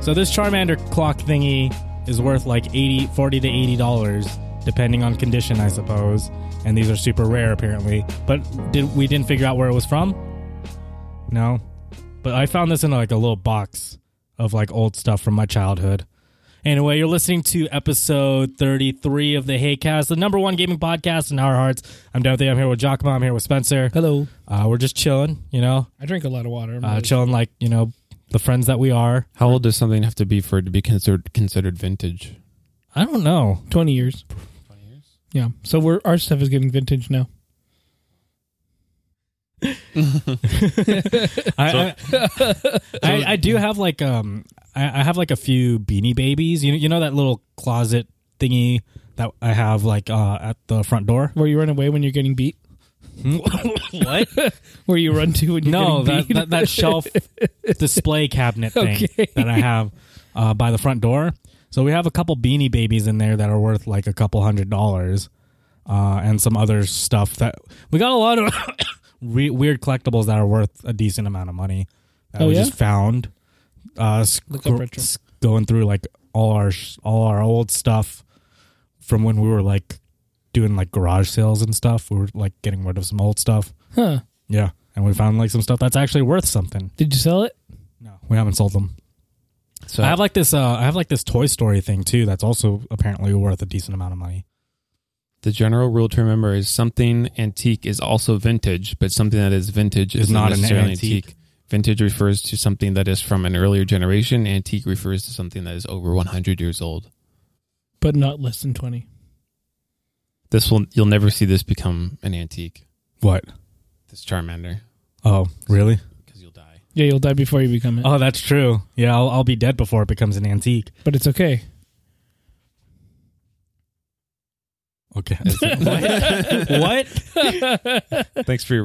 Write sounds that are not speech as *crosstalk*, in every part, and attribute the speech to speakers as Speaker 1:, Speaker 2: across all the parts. Speaker 1: So this Charmander clock thingy is worth like 80 40 to 80 dollars depending on condition I suppose and these are super rare apparently but did we didn't figure out where it was from no but I found this in like a little box of like old stuff from my childhood Anyway, you're listening to episode 33 of the Haycast, the number one gaming podcast in our hearts. I'm Dorothy. I'm here with Giacomo. I'm here with Spencer.
Speaker 2: Hello.
Speaker 1: Uh, we're just chilling, you know,
Speaker 2: I drink a lot of water. I'm
Speaker 1: uh,
Speaker 2: really-
Speaker 1: chilling like, you know, the friends that we are.
Speaker 3: How old does something have to be for it to be considered considered vintage?
Speaker 1: I don't know.
Speaker 2: 20 years. 20 years? Yeah. So we're our stuff is getting vintage now.
Speaker 1: I, *laughs* I, I, I do have like um I, I have like a few beanie babies. You you know that little closet thingy that I have like uh at the front
Speaker 2: *laughs*
Speaker 1: door.
Speaker 2: Where you run away when you're getting beat?
Speaker 1: what?
Speaker 2: Where you run to when
Speaker 1: *laughs*
Speaker 2: you're
Speaker 1: No,
Speaker 2: getting
Speaker 1: that,
Speaker 2: beat?
Speaker 1: that
Speaker 2: *laughs*
Speaker 1: that shelf display cabinet thing
Speaker 2: Okay.
Speaker 1: that I have uh, by the front door. So we have a couple beanie babies in there that are worth like a couple hundred dollars, uh, and some other stuff that we got a lot of *coughs* re- weird collectibles that are worth a decent amount of money that
Speaker 2: Oh,
Speaker 1: we
Speaker 2: yeah?
Speaker 1: just found. Uh, sc-
Speaker 2: Look up retro.
Speaker 1: s- going through like all our sh- all our old stuff from when we were like doing like garage sales and stuff. We were like getting rid of some old stuff.
Speaker 2: huh.
Speaker 1: Yeah. And we found like some stuff that's actually worth something.
Speaker 2: Did you sell it?
Speaker 1: No, we haven't sold them.
Speaker 3: So
Speaker 1: I have like this. Uh, I have like this Toy Story thing too. That's also apparently worth a decent amount of money.
Speaker 3: the general rule to remember is something antique is also vintage, but something that is vintage
Speaker 1: Is
Speaker 3: is
Speaker 1: not
Speaker 3: not
Speaker 1: an
Speaker 3: necessarily
Speaker 1: antique.
Speaker 3: antique. Vintage refers to something that is from an earlier generation. Antique refers to something that is over 100 years old.
Speaker 2: But not less than 20.
Speaker 3: This will you'll never see this become an antique.
Speaker 1: What?
Speaker 3: This Charmander
Speaker 1: Oh, really?
Speaker 3: because
Speaker 1: *laughs*
Speaker 3: you'll die. *laughs*
Speaker 2: Yeah, you'll die before you become it.
Speaker 1: Oh, that's true. Yeah, I'll, I'll be dead before it becomes an antique.
Speaker 2: but
Speaker 1: *laughs*
Speaker 2: it's okay.
Speaker 1: Okay. *laughs*
Speaker 2: what?
Speaker 3: Thanks for your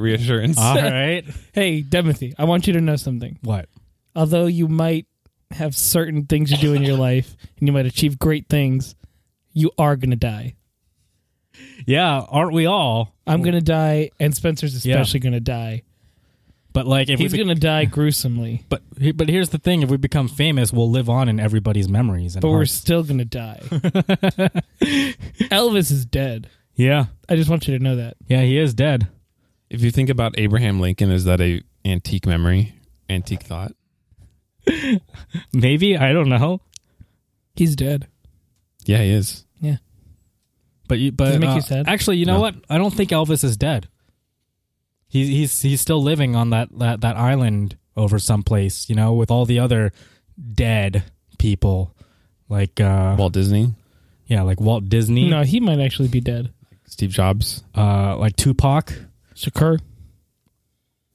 Speaker 1: *laughs*
Speaker 3: reassurance.
Speaker 1: All right.
Speaker 2: hey, Demethy, I want you to know something.
Speaker 1: What?
Speaker 2: Although you might have certain things you do in your life and you might achieve great things, you are going to die.
Speaker 1: Yeah, aren't we all?
Speaker 2: I'm going to die, and Spencer's
Speaker 1: Yeah.
Speaker 2: especially going to die.
Speaker 1: But like, if
Speaker 2: He's
Speaker 1: we, be-
Speaker 2: going to die gruesomely,
Speaker 1: but he- but here's the thing: if we become famous, we'll live on in everybody's memories. And
Speaker 2: but we're
Speaker 1: hearts.
Speaker 2: still going to die. Elvis is dead.
Speaker 1: *laughs* yeah,
Speaker 2: I just want you to know that.
Speaker 1: yeah, he is dead.
Speaker 3: If you think about Abraham Lincoln, is that a antique memory, antique thought?
Speaker 1: Maybe I don't know.
Speaker 2: He's dead.
Speaker 3: Yeah, he is.
Speaker 1: But you, but
Speaker 2: Does it make
Speaker 1: uh,
Speaker 2: you sad?
Speaker 1: Actually, you know
Speaker 3: No.
Speaker 1: what? I don't think Elvis is dead. He's he's he's still living on that that, that island over someplace, you know, with all the other dead people, like uh,
Speaker 3: Walt Disney,
Speaker 1: yeah, like Walt Disney,
Speaker 2: No, he might actually be dead.
Speaker 3: Steve Jobs,
Speaker 1: uh, like Tupac,
Speaker 2: Shakur,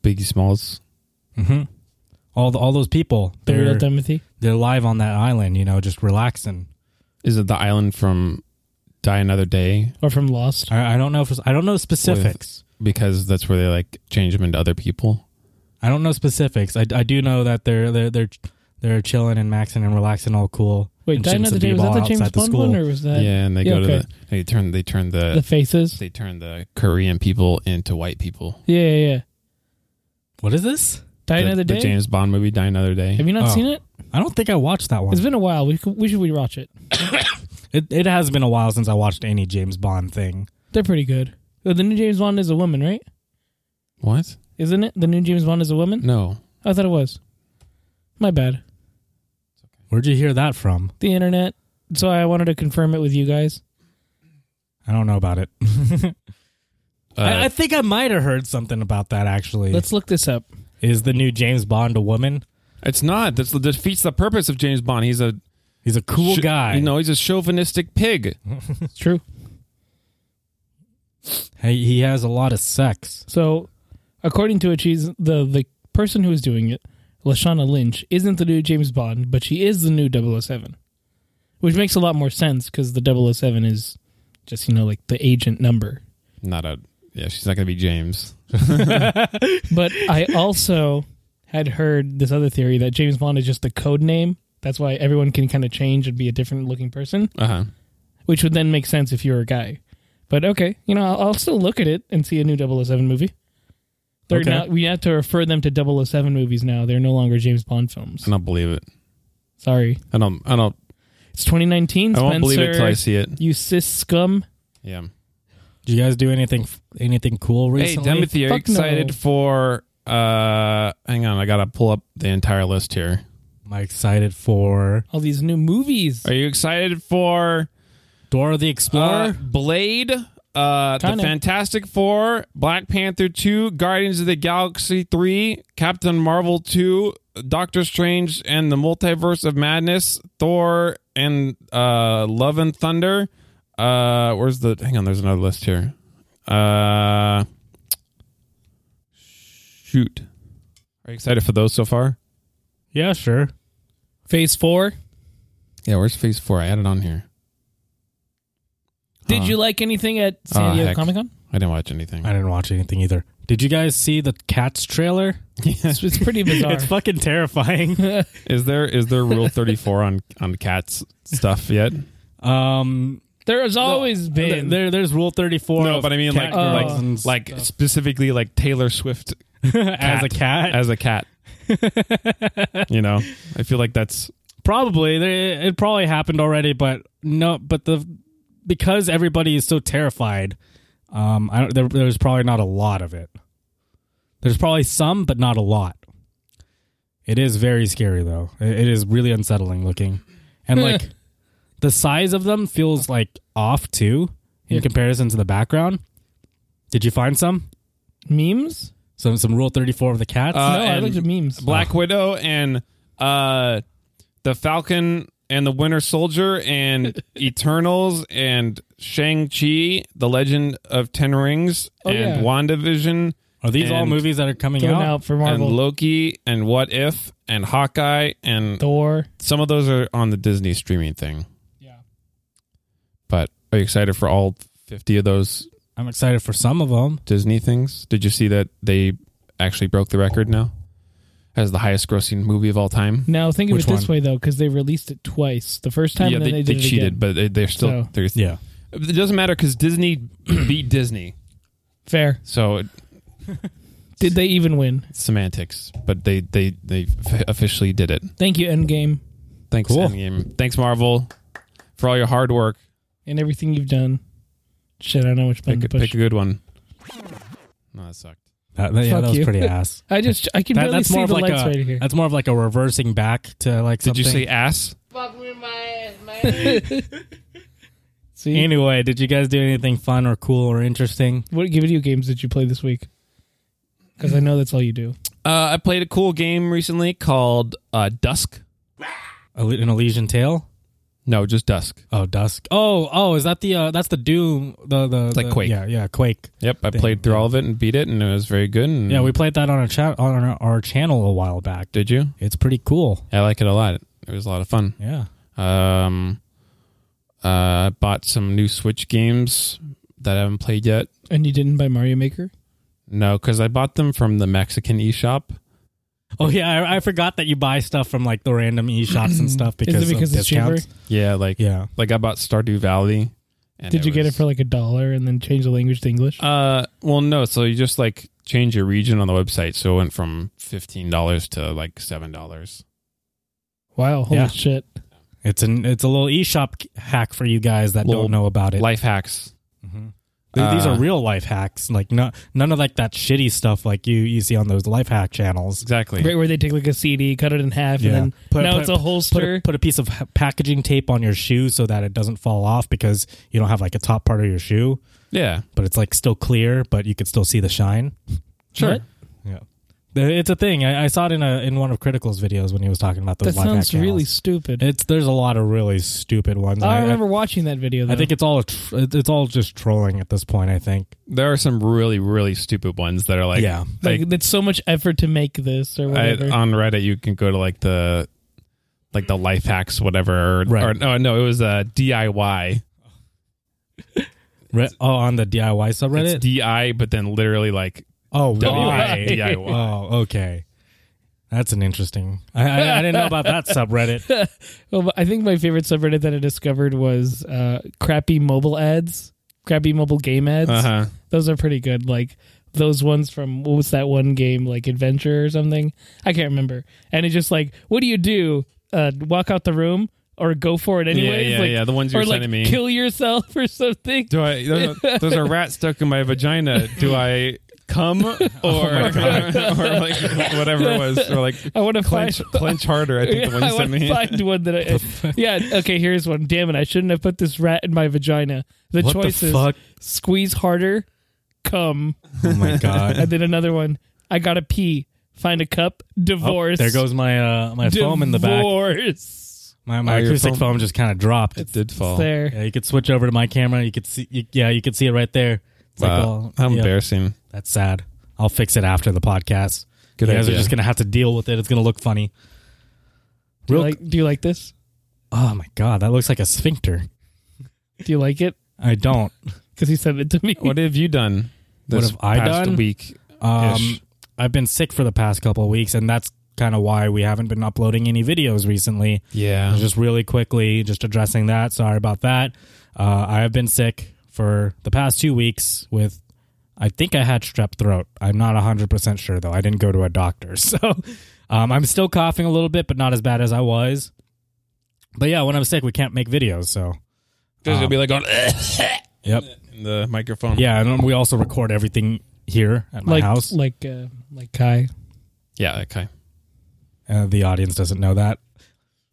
Speaker 3: Biggie Smalls.
Speaker 1: mm-hmm. all the, all those people.
Speaker 2: the real
Speaker 1: They're
Speaker 2: Timothy.
Speaker 1: they're live on that island, you know, just relaxing.
Speaker 3: Is it the island from Die Another Day?
Speaker 2: Or from Lost.
Speaker 1: I, I don't know if it's- I don't know specifics.
Speaker 3: Because that's where they like change them into other people.
Speaker 1: I don't know specifics. I, I do know that they're they're they're they're chilling and maxing and relaxing, all cool.
Speaker 2: Wait,
Speaker 1: and
Speaker 2: Die
Speaker 1: shooting
Speaker 2: Another
Speaker 1: some
Speaker 2: Day, was that
Speaker 1: b-ball
Speaker 2: the James
Speaker 1: outside
Speaker 2: Bond
Speaker 1: school.
Speaker 2: one, or was that
Speaker 3: yeah, and they
Speaker 2: Uh, yeah,
Speaker 3: go to
Speaker 2: okay.
Speaker 3: the they turn they turn the,
Speaker 2: The Faces?
Speaker 3: they turn the Korean people into white people.
Speaker 2: Yeah, yeah, yeah.
Speaker 1: What is this?
Speaker 2: Die
Speaker 3: the,
Speaker 2: Another
Speaker 3: the
Speaker 2: Day?
Speaker 3: James Bond movie, Die Another Day.
Speaker 2: Have you not
Speaker 1: Oh.
Speaker 2: seen it?
Speaker 1: I don't think I watched that one.
Speaker 2: It's been a while. We, could- we should rewatch it.
Speaker 1: it, it has been a while since I watched any James Bond thing.
Speaker 2: They're pretty good. Oh, The new James Bond is a woman, right?
Speaker 3: what?
Speaker 2: Isn't it? The new James Bond is a woman?
Speaker 3: No.
Speaker 2: I thought it was. My bad.
Speaker 1: Where'd you hear that from?
Speaker 2: The internet. So I wanted to confirm it with you guys.
Speaker 1: I don't know about it.
Speaker 3: Uh,
Speaker 1: I, I think I might have heard something about that actually.
Speaker 2: Let's look this up.
Speaker 1: Is the new James Bond a woman?
Speaker 3: it's not. That's defeats the purpose of James Bond. He's a
Speaker 1: He's a cool
Speaker 3: sh-
Speaker 1: guy.
Speaker 3: You know, he's a chauvinistic pig.
Speaker 2: It's true.
Speaker 1: Hey, he has a lot of sex.
Speaker 2: So, according to it, she's the the person who is doing it, Lashana Lynch, isn't the new James Bond, but she is the new 007. Which makes a lot more sense because the 007 is just, you know, like the agent number.
Speaker 3: Not a. Yeah, she's not gonna be James.
Speaker 2: But I also had heard this other theory that James Bond is just a code name. That's why everyone can kind of change and be a different looking person,
Speaker 3: Uh huh.
Speaker 2: which would then make sense if you're a guy. But okay, you know, I'll, I'll still look at it and see a new 007 movie. They're
Speaker 1: Okay.
Speaker 2: oh now, we have to refer them to 007 movies now. They're no longer James Bond films.
Speaker 3: I don't believe it.
Speaker 2: Sorry.
Speaker 3: I don't. I don't.
Speaker 2: It's 2019,
Speaker 3: I
Speaker 2: Spencer.
Speaker 3: won't believe it till I see it.
Speaker 2: You cis scum.
Speaker 3: Yeah.
Speaker 1: Did you guys do anything anything cool
Speaker 3: Hey,
Speaker 1: recently?
Speaker 3: Timothy, are you
Speaker 2: Fuck no.
Speaker 3: excited for? uh Hang on, I gotta pull up the entire list here.
Speaker 1: Am I excited for
Speaker 2: All these new movies.
Speaker 3: Are you excited for
Speaker 1: Dora the
Speaker 3: uh,
Speaker 1: Explorer?
Speaker 3: Blade, uh, the
Speaker 2: Kinda.
Speaker 3: Fantastic Four, Black Panther two, Guardians of the Galaxy three, Captain Marvel two, Doctor Strange and the Multiverse of Madness, Thor and uh, Love and Thunder. Uh, where's the? Hang on, there's another list here. Uh, shoot, are you excited for those so far?
Speaker 1: yeah, sure.
Speaker 2: Phase four.
Speaker 3: Yeah, where's Phase four? I added on here.
Speaker 2: Did
Speaker 3: Huh.
Speaker 2: you like anything at San
Speaker 3: Uh-huh. Ah,
Speaker 2: Diego
Speaker 3: heck. *laughs*
Speaker 2: Comic Con?
Speaker 3: I didn't watch anything.
Speaker 1: I didn't watch anything either. Did you guys see the Cats trailer?
Speaker 2: It's, it's pretty bizarre.
Speaker 1: It's fucking terrifying.
Speaker 3: Is there is there
Speaker 2: *laughs*
Speaker 3: rule thirty four on on cats stuff yet?
Speaker 1: *laughs* Um,
Speaker 2: there has always
Speaker 1: th-
Speaker 2: been.
Speaker 1: there, there's Rule 34.
Speaker 3: No,
Speaker 1: of
Speaker 3: but I mean,
Speaker 1: cat
Speaker 3: like-
Speaker 2: like-
Speaker 1: girls and *laughs*
Speaker 3: Like specifically like Taylor Swift
Speaker 1: as a cat.
Speaker 3: as a *laughs* cat. you know, I feel like that's
Speaker 1: Probably They- it probably happened already, but no. But the because everybody is so terrified, um, I don't, there, there's probably not a lot of it. There's probably some, but not a lot. It is very scary though. It, it is really unsettling looking,
Speaker 3: *laughs*
Speaker 1: and like the size of them feels like off too in
Speaker 2: Yeah.
Speaker 1: comparison to the background. Did you find some
Speaker 2: memes?
Speaker 1: some some Rule Thirty Four of the cats?
Speaker 3: Uh,
Speaker 2: no, I
Speaker 3: and
Speaker 2: looked at memes. Oh,
Speaker 3: Black Widow and uh the Falcon and the Winter Soldier
Speaker 2: *laughs*
Speaker 3: and Eternals and Shang Chi, the Legend of Ten Rings,
Speaker 2: Oh,
Speaker 3: and
Speaker 2: yeah.
Speaker 3: WandaVision
Speaker 1: are these all
Speaker 3: and-
Speaker 1: movies that are coming
Speaker 2: Going
Speaker 1: out?
Speaker 2: out for Marvel.
Speaker 3: and Loki and What If and Hawkeye and
Speaker 2: Thor.
Speaker 3: some of those are on the Disney streaming thing.
Speaker 2: Yeah.
Speaker 3: But are you excited for all 50 of those
Speaker 1: I'm excited for some of them.
Speaker 3: Disney things? Did you see that they actually broke the record now as the highest grossing movie of all time?
Speaker 2: Now think of
Speaker 1: Which
Speaker 2: it this
Speaker 1: one?
Speaker 2: way though, because they released it twice. The first time,
Speaker 3: yeah,
Speaker 2: and then
Speaker 3: they,
Speaker 2: they,
Speaker 3: they
Speaker 2: did it
Speaker 3: cheated,
Speaker 2: again.
Speaker 3: but they, they're still.
Speaker 2: So-
Speaker 3: They're,
Speaker 1: Yeah.
Speaker 3: It doesn't matter because Disney *clears throat* beat Disney.
Speaker 2: Fair.
Speaker 3: So it-
Speaker 2: Did they even win?
Speaker 3: it's semantics, but they, they, they f- officially did it.
Speaker 2: Thank you, Endgame,
Speaker 3: Thanks,
Speaker 1: Cool.
Speaker 3: Endgame. Thanks, Marvel, for all your hard work.
Speaker 2: and everything you've done. Shit, I don't know which button
Speaker 3: Pick,
Speaker 2: to
Speaker 3: a- pick
Speaker 2: push.
Speaker 3: a good one. No, that sucked.
Speaker 1: That, that- yeah,
Speaker 2: Fuck
Speaker 1: that was
Speaker 2: you.
Speaker 1: pretty ass.
Speaker 2: I just I can
Speaker 1: That-
Speaker 2: barely
Speaker 1: that's more
Speaker 2: see
Speaker 1: of
Speaker 2: the
Speaker 1: like
Speaker 2: lights
Speaker 1: a-
Speaker 2: right here.
Speaker 1: That's more of like a reversing back to like
Speaker 3: Did
Speaker 1: something.
Speaker 3: you say ass?
Speaker 4: Fuck with my ass, man.
Speaker 2: *laughs* See,
Speaker 1: anyway? Did you guys do anything fun or cool or interesting?
Speaker 2: what video games did you play this week? Because I know that's all you do.
Speaker 3: Uh, I played a cool game recently called uh, Dusk.
Speaker 1: Ele- An Elysian Tale?
Speaker 3: No, just Dusk.
Speaker 1: Oh, Dusk. Oh, oh, is that the uh, that's the Doom? The the
Speaker 3: like
Speaker 1: the-
Speaker 3: Quake.
Speaker 1: Yeah, yeah, Quake.
Speaker 3: Yep, I
Speaker 1: Thing,
Speaker 3: played through all of it and beat it, and it was very good. And
Speaker 1: Yeah, we played that on a chat on our, our channel a while back.
Speaker 3: did you?
Speaker 1: It's pretty cool.
Speaker 3: I like it a lot. It was a lot of fun.
Speaker 1: Yeah.
Speaker 3: Um, uh, I bought some new Switch games that I haven't played yet.
Speaker 2: And you didn't buy Mario Maker?
Speaker 3: No, because I bought them from the Mexican eShop.
Speaker 1: Oh yeah, I, I forgot that you buy stuff from like the random e-shops and stuff because
Speaker 2: Is it because
Speaker 1: of
Speaker 2: it's cheaper?
Speaker 1: discounts.
Speaker 3: Yeah, like
Speaker 1: Yeah.
Speaker 3: like I bought Stardew Valley. And
Speaker 2: Did you get it
Speaker 3: was-
Speaker 2: for like a dollar and then change the language to English?
Speaker 3: Uh, well, no. So you just like change your region on the website. So it went from fifteen dollars to like seven dollars.
Speaker 2: wow, holy
Speaker 1: yeah.
Speaker 2: shit.
Speaker 1: It's an it's a little e-shop hack for you guys that
Speaker 3: Little
Speaker 1: don't know about it.
Speaker 3: Life hacks.
Speaker 1: Mhm. Th- These
Speaker 3: Uh,
Speaker 1: are real life hacks, like no, none of like that shitty stuff like you you see on those life hack channels.
Speaker 3: Exactly.
Speaker 2: Right where they take like a CD, cut it in half,
Speaker 1: Yeah.
Speaker 2: and then
Speaker 1: Put-
Speaker 2: now
Speaker 1: put-
Speaker 2: it's a
Speaker 1: Put a,
Speaker 2: holster.
Speaker 1: put a piece of ha- packaging tape on your shoe so that it doesn't fall off because you don't have like a top part of your shoe,
Speaker 3: Yeah.
Speaker 1: but it's like still clear, but you can still see the shine.
Speaker 3: Sure.
Speaker 2: What?
Speaker 1: Yeah, it's a thing. I, I saw it in a in one of Critical's videos when he was talking about
Speaker 2: That
Speaker 1: those life hack
Speaker 2: sounds
Speaker 1: channels.
Speaker 2: really stupid.
Speaker 1: it's there's a lot of really stupid ones.
Speaker 2: I
Speaker 1: I- I,
Speaker 2: remember watching that video. Though.
Speaker 1: I think it's all a tr- it's all just trolling at this point. I think.
Speaker 3: There are some really, really stupid ones that are like,
Speaker 1: yeah.
Speaker 2: like,
Speaker 3: like,
Speaker 2: that's so much effort to make this or
Speaker 3: I,
Speaker 2: whatever.
Speaker 3: on Reddit, you can go to like the, like the life hacks, whatever. Or,
Speaker 1: Right.
Speaker 3: or no, no, it was uh, a DIY.
Speaker 1: Re- oh, on the DIY subreddit.
Speaker 3: It's DI, but then literally like
Speaker 1: oh, why?
Speaker 3: WI *laughs*
Speaker 2: *laughs*
Speaker 3: DIY.
Speaker 1: Oh, okay. That's an interesting. I, I, I didn't know about that subreddit.
Speaker 2: well, but I think my favorite subreddit that I discovered was uh, crappy mobile ads, crappy mobile game ads.
Speaker 3: Uh huh.
Speaker 2: Those are pretty good. Like those ones from what was that one game like Adventure or something? I can't remember. And it's just like, what do you do? uh, walk out the room or go for it anyways.
Speaker 3: yeah,
Speaker 2: like,
Speaker 3: yeah, the ones you
Speaker 2: or
Speaker 3: were
Speaker 2: like
Speaker 3: sending me.
Speaker 2: kill yourself *laughs* or something.
Speaker 3: Do I? There's a, there's a rat stuck in my vagina. Do I
Speaker 2: *laughs*
Speaker 3: come
Speaker 2: Oh
Speaker 3: *laughs* or, or like whatever it was, or like
Speaker 2: *laughs* I want to
Speaker 3: clench
Speaker 2: find.
Speaker 3: clench harder? I think the
Speaker 2: *laughs*
Speaker 3: one
Speaker 2: I
Speaker 3: you sent
Speaker 2: want to
Speaker 3: me.
Speaker 2: find one
Speaker 3: *laughs*
Speaker 2: that I. yeah. Okay. Here's one. Damn it! I shouldn't have put this rat in my vagina. The
Speaker 3: What the
Speaker 2: choice is
Speaker 3: fuck?
Speaker 2: squeeze harder, come,
Speaker 1: Oh my god.
Speaker 2: and then another one. I gotta pee. Find a cup. Divorce.
Speaker 1: Oh, There goes my uh, my foam in the back.
Speaker 2: Divorce.
Speaker 1: My, my
Speaker 3: Oh, your
Speaker 1: acoustic
Speaker 3: foam-
Speaker 1: foam just kind of dropped.
Speaker 3: It did fall.
Speaker 2: There.
Speaker 1: Yeah, you could switch over to my camera. You could see. You, yeah, you could see it right there. It's like, oh,
Speaker 3: Wow, how
Speaker 1: yeah,
Speaker 3: embarrassing.
Speaker 1: That's sad. I'll fix it after the podcast.
Speaker 3: Good
Speaker 1: you guys
Speaker 3: idea.
Speaker 1: are just gonna have to deal with it. It's gonna look funny.
Speaker 2: Do you
Speaker 1: Real.
Speaker 2: like? Do you like this?
Speaker 1: oh my god, that looks like a sphincter.
Speaker 2: Do you like it?
Speaker 1: I don't.
Speaker 2: Because he sent it to me.
Speaker 3: What have you done?
Speaker 1: What
Speaker 3: This
Speaker 1: have I
Speaker 3: past
Speaker 1: done?
Speaker 3: Week.
Speaker 1: Um,
Speaker 3: Ish.
Speaker 1: I've been sick for the past couple of weeks, and that's kind of why we haven't been uploading any videos recently.
Speaker 3: Yeah.
Speaker 1: Just really quickly, just addressing that. Sorry about that. Uh, I have been sick for the past two weeks with, I think I had strep throat. I'm not 100% sure, though. I didn't go to a doctor. *laughs* So um, I'm still coughing a little bit, but not as bad as I was. But yeah, when I'm sick, we can't make videos. So
Speaker 3: Because you'll be like going *laughs*
Speaker 1: yep.
Speaker 3: in the microphone.
Speaker 1: Yeah, and we also record everything here
Speaker 2: *laughs*
Speaker 1: at my
Speaker 2: like
Speaker 1: house.
Speaker 2: like uh, like Kai.
Speaker 3: Yeah. Okay.
Speaker 1: Uh, the audience doesn't know that.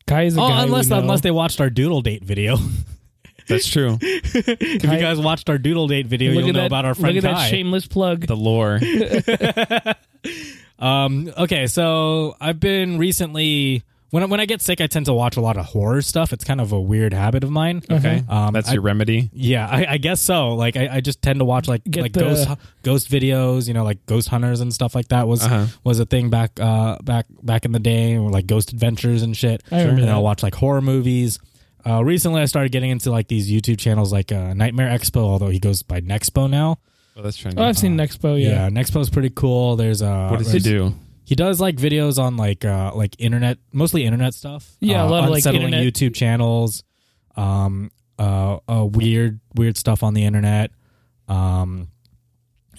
Speaker 2: Kai is a
Speaker 1: Oh,
Speaker 2: guy
Speaker 1: unless
Speaker 2: we know.
Speaker 1: unless they watched our doodle date video. *laughs*
Speaker 3: That's true.
Speaker 1: if you guys watched our doodle date video,
Speaker 2: look
Speaker 1: you'll
Speaker 2: at
Speaker 1: know
Speaker 2: that,
Speaker 1: about our friend
Speaker 2: Look at
Speaker 1: Kai.
Speaker 2: that shameless plug.
Speaker 3: The lore. *laughs*
Speaker 1: Um, okay, so I've been recently when I, when I get sick, I tend to watch a lot of horror stuff. It's kind of a weird habit of mine.
Speaker 2: Uh-huh.
Speaker 3: Okay.
Speaker 1: Um,
Speaker 3: That's
Speaker 1: I-
Speaker 3: your remedy.
Speaker 1: Yeah, I, I guess so. Like, I, I just tend to watch like
Speaker 2: Get
Speaker 1: like
Speaker 2: the-
Speaker 1: ghost ghost videos, you know, like ghost hunters and stuff like that was
Speaker 3: Uh-huh.
Speaker 1: was a thing back uh back back in the day, or like ghost adventures and shit.
Speaker 2: I remember
Speaker 1: And
Speaker 2: that.
Speaker 1: I'll watch like horror movies. Uh, recently, I started getting into like these YouTube channels, like uh, Nightmare Expo. Although he goes by Nexpo now.
Speaker 3: Oh, that's trendy.
Speaker 2: oh, I've seen Nexpo. Yeah.
Speaker 1: Nexpo's pretty cool. There's uh,
Speaker 3: what does he do?
Speaker 1: he does like videos on like uh like internet mostly internet stuff
Speaker 2: Yeah, a
Speaker 1: uh,
Speaker 2: lot of, like,
Speaker 1: unsettling
Speaker 2: internet-
Speaker 1: youtube channels um uh, uh weird weird stuff on the internet um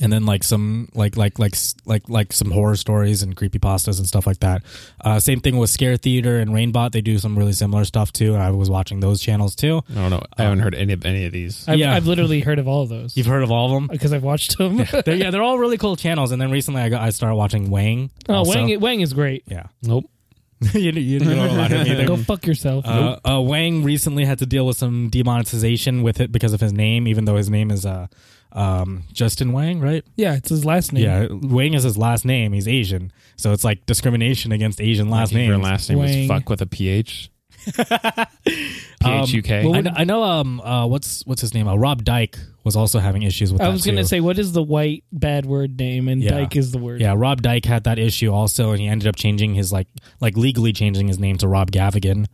Speaker 1: and then like some like like like s- like like some horror stories and creepy pastas and stuff like that uh same thing with scare theater and rainbot they do some really similar stuff too and i was watching those channels too
Speaker 3: I don't know. I haven't heard any of any of these.
Speaker 2: I've,
Speaker 1: Yeah.
Speaker 2: I've literally heard of all of those
Speaker 1: you've heard of all of them
Speaker 2: because I've watched them.
Speaker 1: *laughs* they're, yeah they're all really cool channels and then recently i got i started watching wang
Speaker 2: *laughs* oh,
Speaker 1: also.
Speaker 2: Wang, Wang is great.
Speaker 1: yeah *laughs*
Speaker 3: Nope.
Speaker 1: you, you, you don't know about him either *laughs*
Speaker 2: Go fuck yourself.
Speaker 1: Uh, uh, Wang recently had to deal with some demonetization with it because of his name, even though his name is uh, um, Justin Wang, right?
Speaker 2: yeah, it's his last name.
Speaker 1: Yeah, Wang is his last name. He's Asian, so it's like discrimination against Asian last
Speaker 3: Your
Speaker 1: names.
Speaker 3: last name was
Speaker 2: Wang.
Speaker 3: fuck with a *laughs* ph.
Speaker 1: Um,
Speaker 3: PHUK.
Speaker 1: I, kn- I know. Um, uh, what's what's his name? Uh, Rob Dyke was also having issues with.
Speaker 2: I
Speaker 1: that
Speaker 2: was gonna
Speaker 1: too.
Speaker 2: say, what is the white bad word name? And
Speaker 1: Yeah.
Speaker 2: Dyke is the word.
Speaker 1: Yeah, Rob Dyke had that issue also, and he ended up changing his like like legally changing his name to Rob Gavigan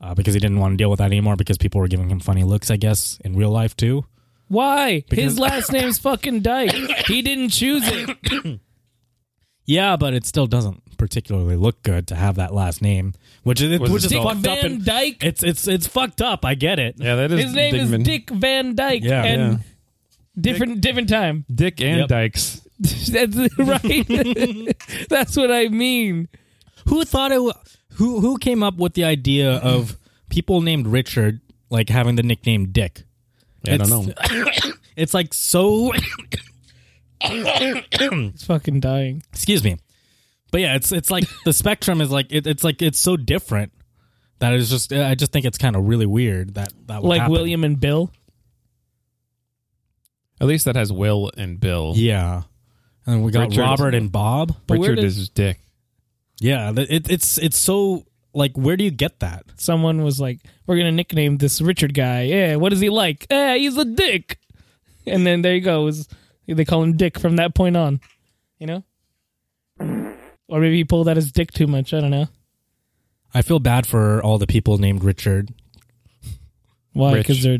Speaker 1: uh, because he didn't want to deal with that anymore because people were giving him funny looks, I guess, in real life too.
Speaker 2: Why?
Speaker 1: Because-
Speaker 2: his last name's fucking Dyke. He didn't choose it.
Speaker 1: Yeah, but it still doesn't particularly look good to have that last name, which is
Speaker 3: Was
Speaker 1: which
Speaker 3: it
Speaker 1: is
Speaker 2: Dick
Speaker 3: Dyke?
Speaker 1: fucked up.
Speaker 2: Van
Speaker 1: And,
Speaker 2: Dyke.
Speaker 1: it's it's it's fucked up. I get it.
Speaker 3: Yeah, that is
Speaker 2: His name
Speaker 3: Digman.
Speaker 2: is Dick Van Dyke.
Speaker 1: Yeah.
Speaker 2: and
Speaker 3: Yeah.
Speaker 2: different different time. *laughs*
Speaker 3: Dick and
Speaker 1: Yep.
Speaker 3: Dykes.
Speaker 2: That's right. *laughs* That's what I mean.
Speaker 1: Who thought it? wa- Who who came up with the idea of people named Richard like having the nickname Dick?
Speaker 3: Yeah, I don't
Speaker 1: It's-
Speaker 3: know.
Speaker 1: It's like so. *coughs*
Speaker 2: He's fucking dying.
Speaker 1: excuse me, but yeah, it's it's like the spectrum is like it, it's like it's so different that it's just I just think it's kind of really weird that that would
Speaker 2: Like
Speaker 1: happen.
Speaker 2: William and Bill.
Speaker 3: At least that has Will and Bill.
Speaker 1: Yeah, and then we got
Speaker 3: Richard is-
Speaker 1: Robert and Bob.
Speaker 2: But where
Speaker 3: Richard
Speaker 2: does-
Speaker 3: is Dick.
Speaker 1: Yeah, th- it, it's it's so like where do you get that?
Speaker 2: Someone was like, "We're gonna nickname this Richard guy. Yeah, what is he like? Yeah, he's a dick." And then there you go. It was- they call him Dick from that point on. You know. Or maybe he pulled out his dick too much. I don't know.
Speaker 1: I feel bad for all the people named Richard.
Speaker 2: Why?
Speaker 3: Rich.
Speaker 2: Because they're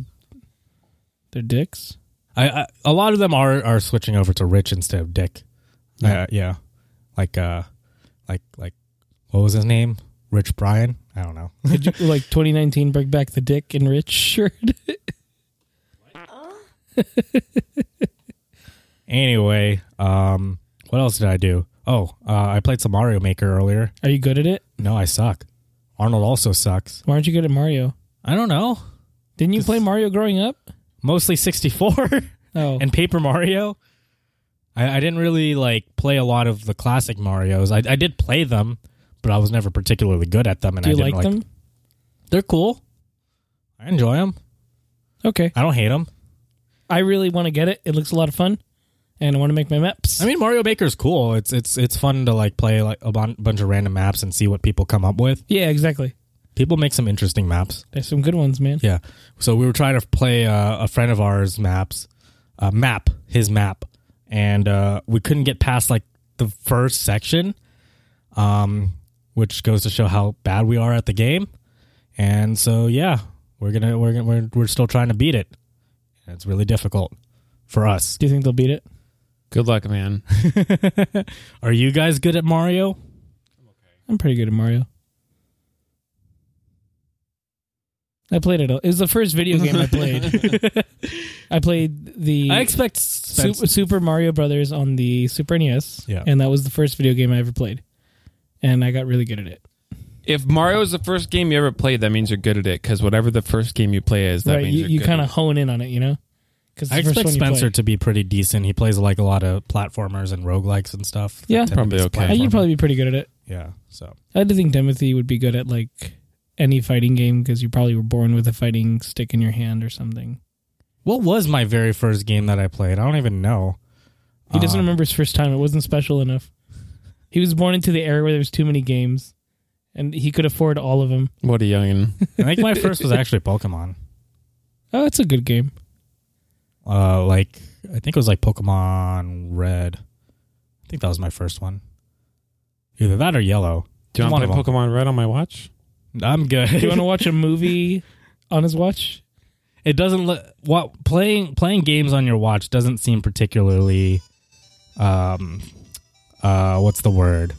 Speaker 2: they're dicks.
Speaker 1: I, I a lot of them are are switching over to Rich instead of Dick. Yeah, yeah. Like uh, like like what was his name? Rich Brian? I don't know.
Speaker 2: Did
Speaker 1: *laughs*
Speaker 2: you like 2019 bring back the dick and rich *laughs* shirt?
Speaker 1: anyway, um, what else did I do? Oh, uh, I played some Mario Maker earlier.
Speaker 2: Are you good at it?
Speaker 1: No, I suck. Arnold also sucks.
Speaker 2: Why aren't you good at Mario?
Speaker 1: I don't know.
Speaker 2: Didn't you play Mario growing up?
Speaker 1: Mostly *laughs* 64
Speaker 2: Oh,
Speaker 1: and Paper Mario. I, I didn't really like play a lot of the classic Mario's. I, I did play them, but I was never particularly good at them. And
Speaker 2: do you
Speaker 1: I didn't
Speaker 2: like them?
Speaker 1: They're cool. I enjoy them.
Speaker 2: Okay,
Speaker 1: I don't hate them.
Speaker 2: I really want to get it. It looks a lot of fun, and I want to make my maps.
Speaker 1: I mean, Mario Maker's cool. It's it's it's fun to like play like a bun- bunch of random maps and see what people come up with.
Speaker 2: yeah, exactly.
Speaker 1: People make some interesting maps.
Speaker 2: There's some good ones, man.
Speaker 1: Yeah. So we were trying to play uh, a friend of ours maps, uh, map his map, and uh, we couldn't get past like the first section, um, which goes to show how bad we are at the game. And so yeah, we're gonna we're gonna, we're, we're still trying to beat it. And It's really difficult for us. *laughs*
Speaker 2: Do you think they'll beat it?
Speaker 3: Good luck, man.
Speaker 1: Are you guys good at Mario?
Speaker 2: I'm pretty good at Mario. I played it. a- It was the first video game I played.
Speaker 1: *laughs*
Speaker 2: *laughs* I played the
Speaker 1: I expect
Speaker 2: Su-
Speaker 1: Spencer-
Speaker 2: Super Mario Brothers on the Super NES,
Speaker 1: Yeah.
Speaker 2: and that was the first video game I ever played, and I got really good at it.
Speaker 3: If Mario is the first game you ever played, that means you're good at it. Because whatever the first game you play is, that
Speaker 2: right,
Speaker 3: means
Speaker 2: you,
Speaker 3: you're
Speaker 2: you
Speaker 3: good
Speaker 2: kind
Speaker 3: at
Speaker 2: of
Speaker 3: it.
Speaker 2: hone in on it, you know. Because
Speaker 1: I expect Spencer to be pretty decent. He plays like a lot of platformers and roguelikes and stuff.
Speaker 2: Yeah.
Speaker 1: That tend to be
Speaker 3: Probably okay.
Speaker 2: you'd
Speaker 1: platformer.
Speaker 2: Uh, probably be pretty good at it.
Speaker 1: yeah. So
Speaker 2: I had to think Timothy would be good at like any fighting game because you probably were born with a fighting stick in your hand or something.
Speaker 1: What was my very first game that I played? I don't even know.
Speaker 2: He doesn't
Speaker 1: Um,
Speaker 2: remember his first time. It wasn't special enough. He was born into the era where there was too many games, and he could afford all of them.
Speaker 3: What a youngin.
Speaker 1: I think my first was actually Pokemon.
Speaker 2: Oh, it's a good game.
Speaker 1: Uh, like I think it was like Pokemon Red. I think that was my first one. Either that or Yellow.
Speaker 3: Do you want
Speaker 1: One
Speaker 3: to play
Speaker 1: of them.
Speaker 3: Pokemon Red on my watch?
Speaker 1: I'm good.
Speaker 2: Do you want to watch a movie on his watch?
Speaker 1: *laughs* it doesn't look what playing playing games on your watch doesn't seem particularly, um, uh, what's the word?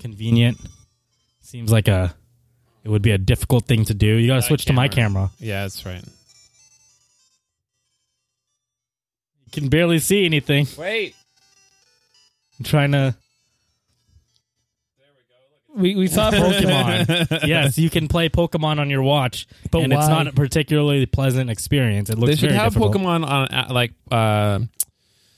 Speaker 1: Convenient. Seems like a it would be a difficult thing to do. You got to
Speaker 3: My
Speaker 1: switch to my camera.
Speaker 3: camera. Yeah, that's right.
Speaker 1: You can barely see anything.
Speaker 3: Wait.
Speaker 1: I'm trying to. *laughs*
Speaker 2: We we *laughs*
Speaker 3: *laughs*
Speaker 2: thought
Speaker 1: Pokemon. yes, you can play Pokemon on your watch,
Speaker 2: But
Speaker 1: and it's
Speaker 2: why?
Speaker 1: not a particularly pleasant experience. It looks
Speaker 3: They should
Speaker 1: very
Speaker 3: have
Speaker 1: difficult.
Speaker 3: Pokemon on uh, like uh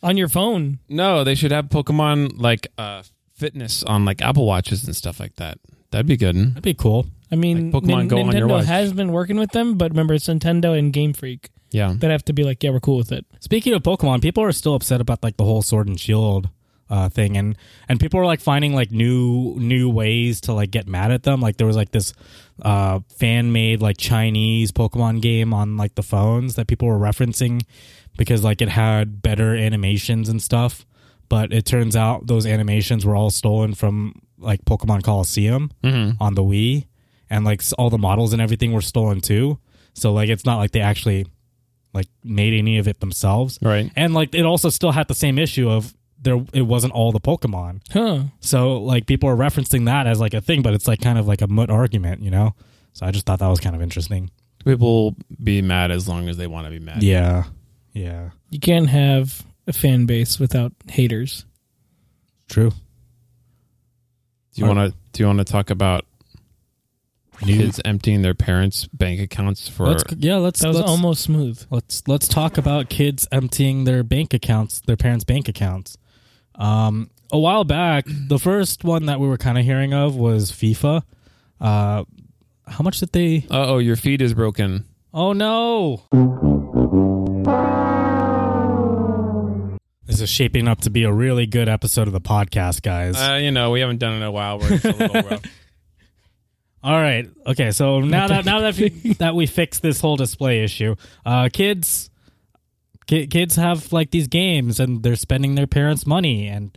Speaker 2: on your phone.
Speaker 3: no, they should have Pokemon like uh fitness on like Apple Watches and stuff like that. That'd be good.
Speaker 1: That'd be cool.
Speaker 2: I mean,
Speaker 3: Like Pokemon
Speaker 2: Nin-
Speaker 3: Go
Speaker 2: Nintendo
Speaker 3: on your watch.
Speaker 2: has been working with them, but remember, it's Nintendo and Game Freak
Speaker 3: Yeah.
Speaker 2: that have to be like, yeah, we're cool with it.
Speaker 1: Speaking of Pokemon, people are still upset about like the whole Sword and Shield uh, thing, and and people are like finding like new new ways to like get mad at them. Like there was like this uh, fan made like Chinese Pokemon game on like the phones that people were referencing because like it had better animations and stuff, but it turns out those animations were all stolen from like Pokemon Coliseum
Speaker 3: Mm-hmm.
Speaker 1: on the Wii, and like s- all the models and everything were stolen too. So like it's not like they actually like made any of it themselves.
Speaker 3: Right.
Speaker 1: And like it also still had the same issue of there it wasn't all the Pokemon.
Speaker 2: Huh.
Speaker 1: So like people are referencing that as like a thing, but it's like kind of like a moot argument, you know? So I just thought that was kind of interesting.
Speaker 3: People will be mad as long as they want to be mad.
Speaker 1: Yeah. Yeah.
Speaker 2: You can't have a fan base without haters.
Speaker 1: True.
Speaker 3: Do you want to do you want to talk about kids emptying their parents' bank accounts for
Speaker 1: Let's, yeah, let's
Speaker 2: That was
Speaker 1: let's,
Speaker 2: almost smooth.
Speaker 1: let's let's talk about kids emptying their bank accounts, their parents' bank accounts. Um, a while back, the first one that we were kind of hearing of was FIFA. Uh, how much did they?
Speaker 3: Uh-oh, your feed is broken.
Speaker 1: Oh no! This is shaping up to be a really good episode of the podcast, guys.
Speaker 3: Uh, you know, we haven't done it in a while. We're just a little rough.
Speaker 1: All right. Okay. So now that now that we, that we fixed this whole display issue, uh, kids, ki- kids have like these games, and they're spending their parents' money, and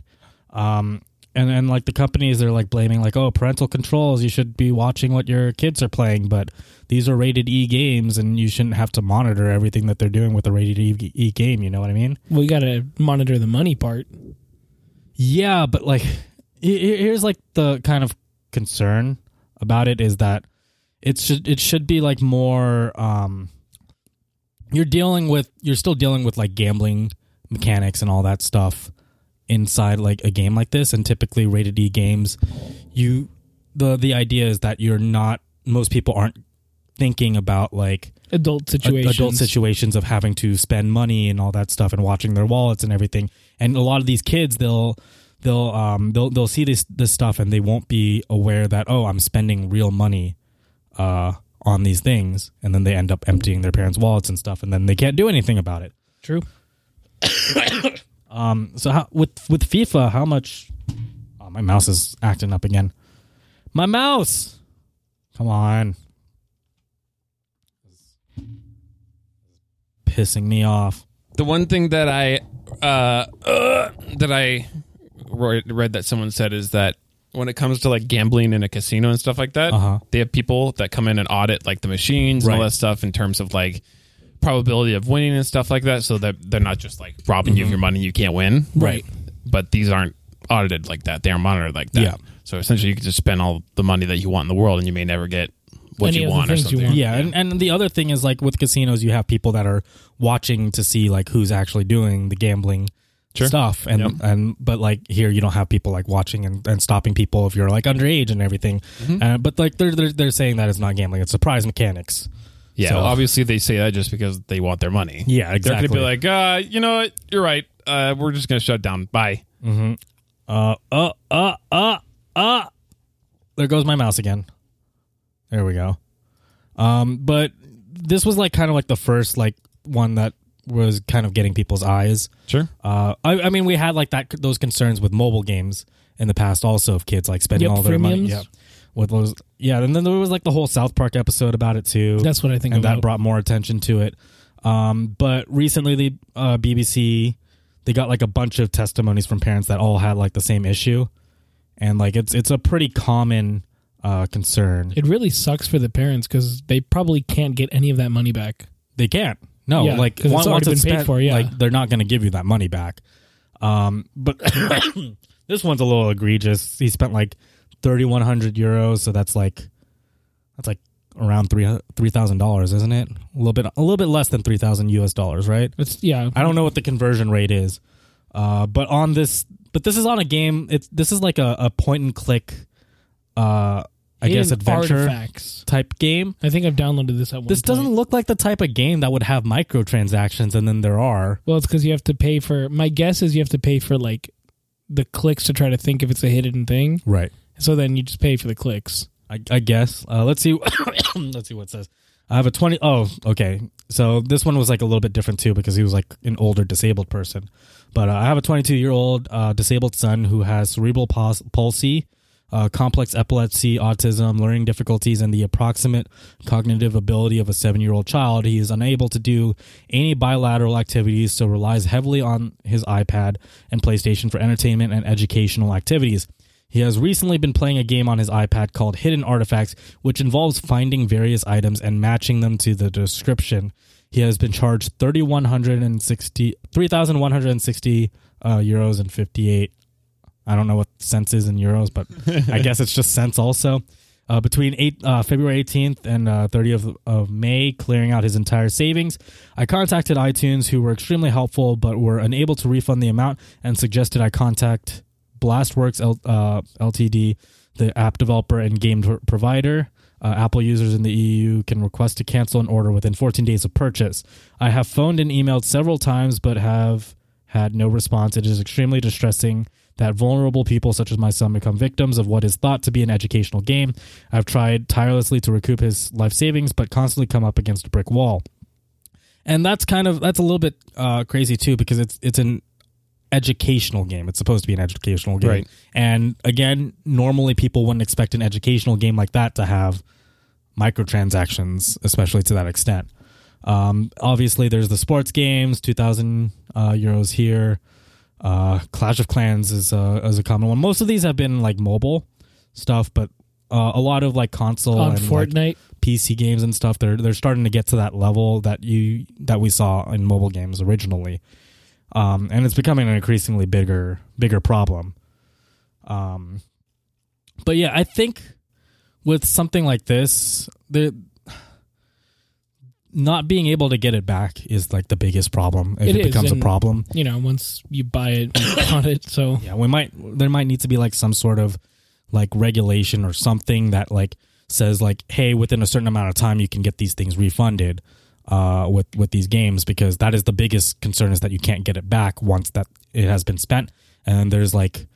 Speaker 1: um, and and like the companies are like blaming like, oh, parental controls. You should be watching what your kids are playing, but these are rated E games, and you shouldn't have to monitor everything that they're doing with a rated E, e game. You know what I mean?
Speaker 2: We got to monitor the money part.
Speaker 1: Yeah, but like, he- he- here's like the kind of concern about it is that it should it should be like more. Um, you're dealing with you're still dealing with like gambling mechanics and all that stuff inside like a game like this, and typically rated E games, you the the idea is that you're not most people aren't thinking about like
Speaker 2: adult
Speaker 1: a-
Speaker 2: situations.
Speaker 1: adult situations of having to spend money and all that stuff and watching their wallets and everything. And a lot of these kids, they'll they'll um they'll they'll see this this stuff and they won't be aware that oh I'm spending real money uh on these things and then they end up emptying their parents' wallets and stuff and then they can't do anything about it.
Speaker 2: True.
Speaker 1: Um so how, with with FIFA how much oh, my mouse is acting up again. My mouse. Come on. Pissing me off.
Speaker 3: *laughs* The one thing that I uh, uh, that I re- read that someone said is that when it comes to like gambling in a casino and stuff like that,
Speaker 1: Uh-huh.
Speaker 3: they have people that come in and audit like the machines and all
Speaker 1: Right.
Speaker 3: that stuff in terms of like probability of winning and stuff like that, so that they're not just like robbing you of your money you can't win.
Speaker 1: Mm-hmm. Right.
Speaker 3: But these aren't audited like that; they aren't monitored like that.
Speaker 1: Yeah.
Speaker 3: So essentially, you could just spend all the money that you want in the world, and you may never get what
Speaker 2: Any
Speaker 3: you
Speaker 2: of the
Speaker 3: want or
Speaker 2: things you
Speaker 3: something.
Speaker 2: want.
Speaker 1: Yeah, and, and the other thing is like with casinos, you have people that are watching to see like who's actually doing the gambling
Speaker 3: Sure.
Speaker 1: stuff, and
Speaker 3: Yep.
Speaker 1: and but like here you don't have people like watching and, and stopping people if you're like underage and everything. Uh, but like they're, they're they're saying that it's not gambling; it's surprise mechanics.
Speaker 3: Yeah,
Speaker 1: So-
Speaker 3: well, obviously they say that just because they want their money.
Speaker 1: Yeah,
Speaker 3: They're
Speaker 1: exactly.
Speaker 3: gonna be like, uh, you know what? You're right. Uh, we're just gonna shut down. Bye.
Speaker 1: Uh uh uh uh uh. There goes my mouse again. There we go. Um, but this was like kind of like the first like one that was kind of getting people's eyes.
Speaker 3: Sure.
Speaker 1: Uh, I, I mean, we had like that those concerns with mobile games in the past, also of kids like spending
Speaker 2: Yep,
Speaker 1: all their money.
Speaker 2: freemiums.
Speaker 1: Yep. With those, yeah, and then there was like the whole South Park episode about it too,
Speaker 2: That's what I think
Speaker 1: and
Speaker 2: about.
Speaker 1: that brought more attention to it. Um, but recently, the uh, BBC they got like a bunch of testimonies from parents that all had like the same issue, and like it's it's a pretty common uh, concern.
Speaker 2: it really sucks for the parents because they probably can't get any of that money back.
Speaker 1: they can't. No,
Speaker 2: Yeah,
Speaker 1: like
Speaker 2: 'cause it's
Speaker 1: once,
Speaker 2: already
Speaker 1: once
Speaker 2: been
Speaker 1: it's
Speaker 2: paid
Speaker 1: spent,
Speaker 2: for, yeah.
Speaker 1: like they're not going to give you that money back. Um, but *coughs* this one's a little egregious. He spent like thirty one hundred euros, so that's like that's like around three three thousand dollars, isn't it? A little bit, a little bit less than three thousand US dollars, right?
Speaker 2: It's yeah.
Speaker 1: I don't know what the conversion rate is, uh, but on this, but this is on a game. It's this is like a, a point and click, uh, I guess
Speaker 2: Hidden
Speaker 1: adventure
Speaker 2: artifacts.
Speaker 1: type game.
Speaker 2: I think I've downloaded this at one.
Speaker 1: This doesn't
Speaker 2: point.
Speaker 1: look like the type of game that would have microtransactions, and then there are.
Speaker 2: Well, it's because you have to pay for. My guess is you have to pay for like the clicks to try to think if it's a hidden thing.
Speaker 1: Right.
Speaker 2: So then you just pay for the clicks.
Speaker 1: I, I guess. Uh, let's see. *coughs* let's see what it says. I have a twenty. Oh, okay. So this one was like a little bit different too because he was like an older disabled person. But uh, I have a 22 year old uh, disabled son who has cerebral pals- palsy, uh, complex epilepsy, autism, learning difficulties, and the approximate cognitive ability of a seven year old child. He is unable to do any bilateral activities, so relies heavily on his iPad and PlayStation for entertainment and educational activities. He has recently been playing a game on his iPad called Hidden Artifacts, which involves finding various items and matching them to the description. He has been charged 3,160 3,160 uh, euros and 58. I don't know what cents is in euros, but I guess it's just cents also. Uh, between eight, uh, February 18th and uh, 30th of, of May, clearing out his entire savings. I contacted iTunes, who were extremely helpful, but were unable to refund the amount and suggested I contact Blastworks L- uh, Ltd, the app developer and game pro- provider. Uh, Apple users in the EU can request to cancel an order within 14 days of purchase. I have phoned and emailed several times, but have had no response. It is extremely distressing that vulnerable people such as my son become victims of what is thought to be an educational game. I've tried tirelessly to recoup his life savings, but constantly come up against a brick wall. And that's kind of that's a little bit uh, crazy too because it's it's an educational game. It's supposed to be an educational game.
Speaker 3: Right.
Speaker 1: And again, normally people wouldn't expect an educational game like that to have microtransactions, especially to that extent. Um, obviously, there's the sports games, 2,000 uh, euros here. Uh, Clash of Clans is a, is a common one. Most of these have been like mobile stuff, but uh, a lot of like console
Speaker 2: on
Speaker 1: Oh, and like,
Speaker 2: Fortnite,
Speaker 1: PC games and stuff, they're they're starting to get to that level that you that we saw in mobile games originally, um, and it's becoming an increasingly bigger bigger problem. Um, but yeah, I think with something like this, the not being able to get it back is like the biggest problem. If
Speaker 2: It
Speaker 1: it,
Speaker 2: is,
Speaker 1: becomes a
Speaker 2: and-
Speaker 1: problem,
Speaker 2: you know, once you buy it,
Speaker 1: *laughs*
Speaker 2: you want it. So
Speaker 1: yeah, we might there might need to be like some sort of like regulation or something that like says like, hey, within a certain amount of time, you can get these things refunded uh, with with these games because that is the biggest concern is that you can't get it back once that it has been spent, and there's like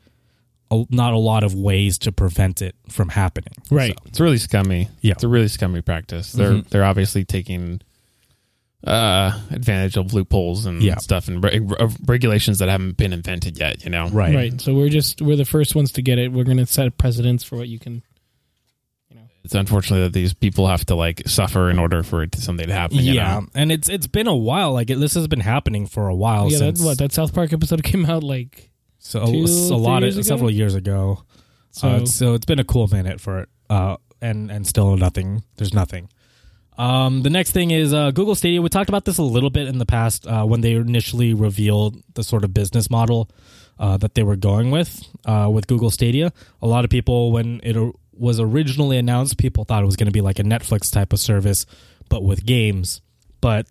Speaker 1: a, not a lot of ways to prevent it from happening.
Speaker 2: Right.
Speaker 1: So,
Speaker 3: It's really scummy.
Speaker 1: Yeah.
Speaker 3: It's a really scummy practice. They're they're obviously taking uh advantage of loopholes and
Speaker 1: Yeah.
Speaker 3: stuff and re- of regulations that haven't been invented yet, you know.
Speaker 1: right.
Speaker 2: Right. So we're just we're the first ones to get it. We're going to set precedents for what you can.
Speaker 3: It's unfortunate that these people have to like suffer in order for it to someday to happen. you
Speaker 1: Yeah,
Speaker 3: know?
Speaker 1: and it's it's been a while. Like it, this has been happening for a while
Speaker 2: yeah,
Speaker 1: Oh, since
Speaker 2: that, what that South Park episode *laughs* came out like.
Speaker 1: so
Speaker 2: two,
Speaker 1: it's a
Speaker 2: three
Speaker 1: lot
Speaker 2: years
Speaker 1: of
Speaker 2: ago?
Speaker 1: several years ago.
Speaker 2: So
Speaker 1: uh, so it's been a cool minute for it, uh, and and still nothing. There's nothing. Um, the next thing is uh, Google Stadia. We talked about this a little bit in the past uh, when they initially revealed the sort of business model uh, that they were going with uh, with Google Stadia. A lot of people, when it o- was originally announced, people thought it was going to be like a Netflix type of service, but with games. But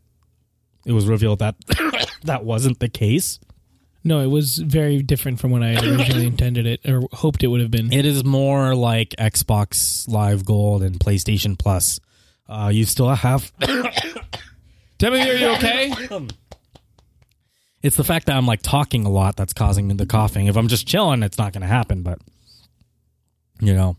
Speaker 1: it was revealed that *coughs* that wasn't the case.
Speaker 2: no, it was very different from what I had
Speaker 1: *coughs*
Speaker 2: originally intended it or hoped it would have been.
Speaker 1: It is more like Xbox Live Gold and PlayStation Plus. Uh, you still have. *coughs*
Speaker 3: Timothy, are you okay?
Speaker 1: It's the fact that I'm like talking a lot that's causing me the coughing. If I'm just chilling, it's not going to happen. But you know,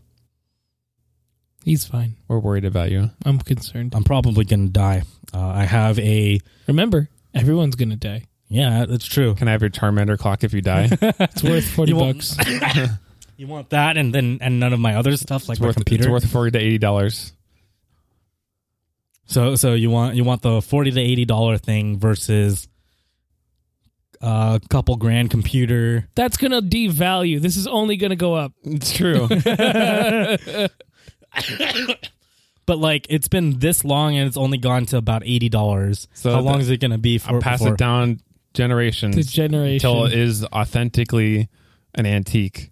Speaker 2: He's fine.
Speaker 3: We're worried about you.
Speaker 2: I'm concerned.
Speaker 1: I'm probably going to die. Uh, I have a
Speaker 2: Remember, everyone's going to die.
Speaker 1: yeah, that's true.
Speaker 3: Can I have your Charmander clock if you die? *laughs* it's
Speaker 2: It's worth
Speaker 1: *laughs*
Speaker 2: forty
Speaker 1: You won't-
Speaker 2: bucks.
Speaker 1: You want that, and then and none of my other stuff like my
Speaker 3: worth
Speaker 1: computer.
Speaker 3: it's worth forty to eighty dollars.
Speaker 1: so so you want you want the forty to eighty dollar thing versus a couple grand computer.
Speaker 2: That's going to devalue. This is only going to go up.
Speaker 3: It's true.
Speaker 1: But like it's been this long and it's only gone to about eighty dollars.
Speaker 3: So
Speaker 1: So how long
Speaker 3: the-
Speaker 1: is it going to be for?
Speaker 3: *laughs* I'll pass
Speaker 1: before-
Speaker 3: it down generations
Speaker 2: This generation.
Speaker 3: until it is authentically an antique.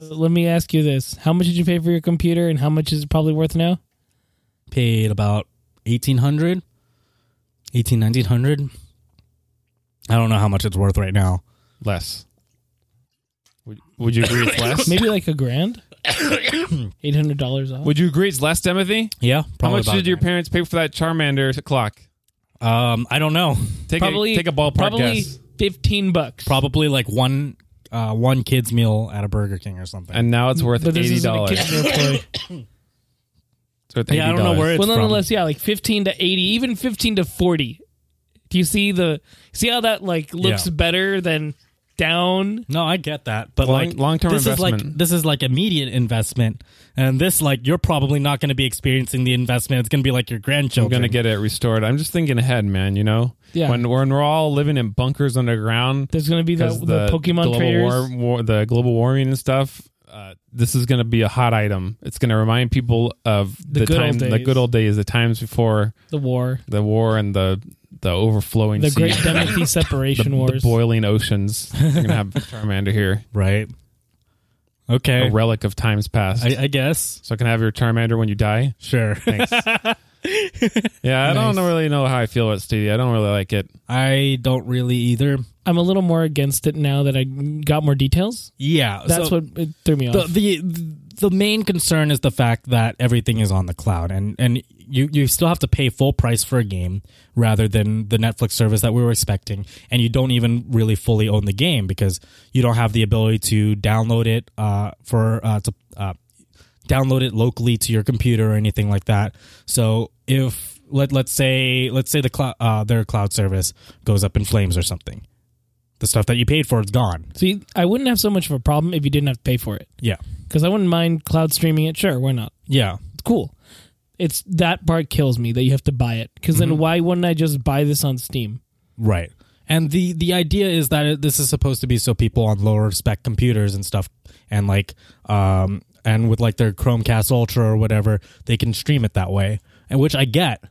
Speaker 2: Uh, Let me ask you this: How much did you pay for your computer, and how much is it probably worth now?
Speaker 1: Paid about 1800 18 1900 I don't know how much it's worth right now.
Speaker 3: Less. Would, would you agree
Speaker 1: *laughs*
Speaker 3: it's less?
Speaker 2: Maybe like a
Speaker 3: *coughs*
Speaker 2: grand, eight hundred dollars off.
Speaker 3: Would you agree it's less, Timothy?
Speaker 1: Yeah,
Speaker 3: How
Speaker 1: probably
Speaker 3: much
Speaker 1: about
Speaker 3: did your
Speaker 1: that.
Speaker 3: parents pay for that Charmander clock?
Speaker 1: Um, I don't know.
Speaker 3: Take a take a ballpark
Speaker 2: probably
Speaker 3: guess.
Speaker 2: fifteen bucks.
Speaker 1: Probably like one uh, one kid's meal at a Burger King or something.
Speaker 3: And now it's worth
Speaker 2: but this
Speaker 3: eighty
Speaker 2: isn't a
Speaker 3: dollars.
Speaker 2: kitchen toy.
Speaker 3: *laughs*
Speaker 1: yeah, I don't know where it's
Speaker 2: well,
Speaker 1: from.
Speaker 2: nonetheless, yeah, like fifteen to eighty, even fifteen to forty. Do you see the see how that like looks
Speaker 1: Yeah.
Speaker 2: better than down?
Speaker 1: No, I get that, but
Speaker 3: Long-
Speaker 1: like
Speaker 3: long-term
Speaker 1: this is like
Speaker 3: investment.
Speaker 1: this is like immediate investment, and this like you're probably not going to be experiencing the investment. It's going to be like your
Speaker 3: I'm
Speaker 1: grandchildren.
Speaker 3: gonna get it restored. I'm just thinking ahead, man. You know,
Speaker 2: Yeah.
Speaker 3: When when we're all living in bunkers underground
Speaker 2: There's gonna be the,
Speaker 3: because
Speaker 2: the, Pokemon
Speaker 3: global
Speaker 2: traders.
Speaker 3: war- war- the global warming and stuff. Uh, this is gonna be a hot item. It's gonna remind people of the,
Speaker 2: The good
Speaker 3: time,
Speaker 2: old
Speaker 3: the
Speaker 2: days.
Speaker 3: good old days, the times before
Speaker 2: the war,
Speaker 3: the war and the the overflowing
Speaker 2: the
Speaker 3: seas. *laughs*
Speaker 2: Great Timothy separation
Speaker 3: the, the
Speaker 2: wars.
Speaker 3: boiling oceans. You're
Speaker 2: *laughs*
Speaker 3: gonna have Charmander here,
Speaker 1: right. Okay,
Speaker 3: a relic of times past.
Speaker 1: I, I guess
Speaker 3: so I can have your Charmander when you die.
Speaker 1: sure.
Speaker 3: Thanks. yeah, I don't
Speaker 2: Nice.
Speaker 3: really know how I feel about Stadia. I don't really like it.
Speaker 1: *laughs* I don't really either.
Speaker 2: I'm a little more against it now that I got more details.
Speaker 1: Yeah,
Speaker 2: That's
Speaker 1: so
Speaker 2: what it threw me off.
Speaker 1: the, the the main concern is the fact that everything is on the cloud, and and you you still have to pay full price for a game rather than the Netflix service that we were expecting, and you don't even really fully own the game because you don't have the ability to download it uh, for uh, to uh, download it locally to your computer or anything like that. So if let let's say let's say the cloud uh, their cloud service goes up in flames or something, the stuff that you paid for is gone.
Speaker 2: See, I wouldn't have so much of a problem if you didn't have to pay for it.
Speaker 1: Yeah,
Speaker 2: Because I wouldn't mind cloud streaming it. Sure, why not?
Speaker 1: yeah.
Speaker 2: It's cool. It's that part kills me that you have to buy it. Because then Mm-hmm. why wouldn't I just buy this on Steam?
Speaker 1: Right. And the the idea is that it, this is supposed to be so people on lower spec computers and stuff and like um and with like their Chromecast Ultra or whatever, they can stream it that way. And which I get.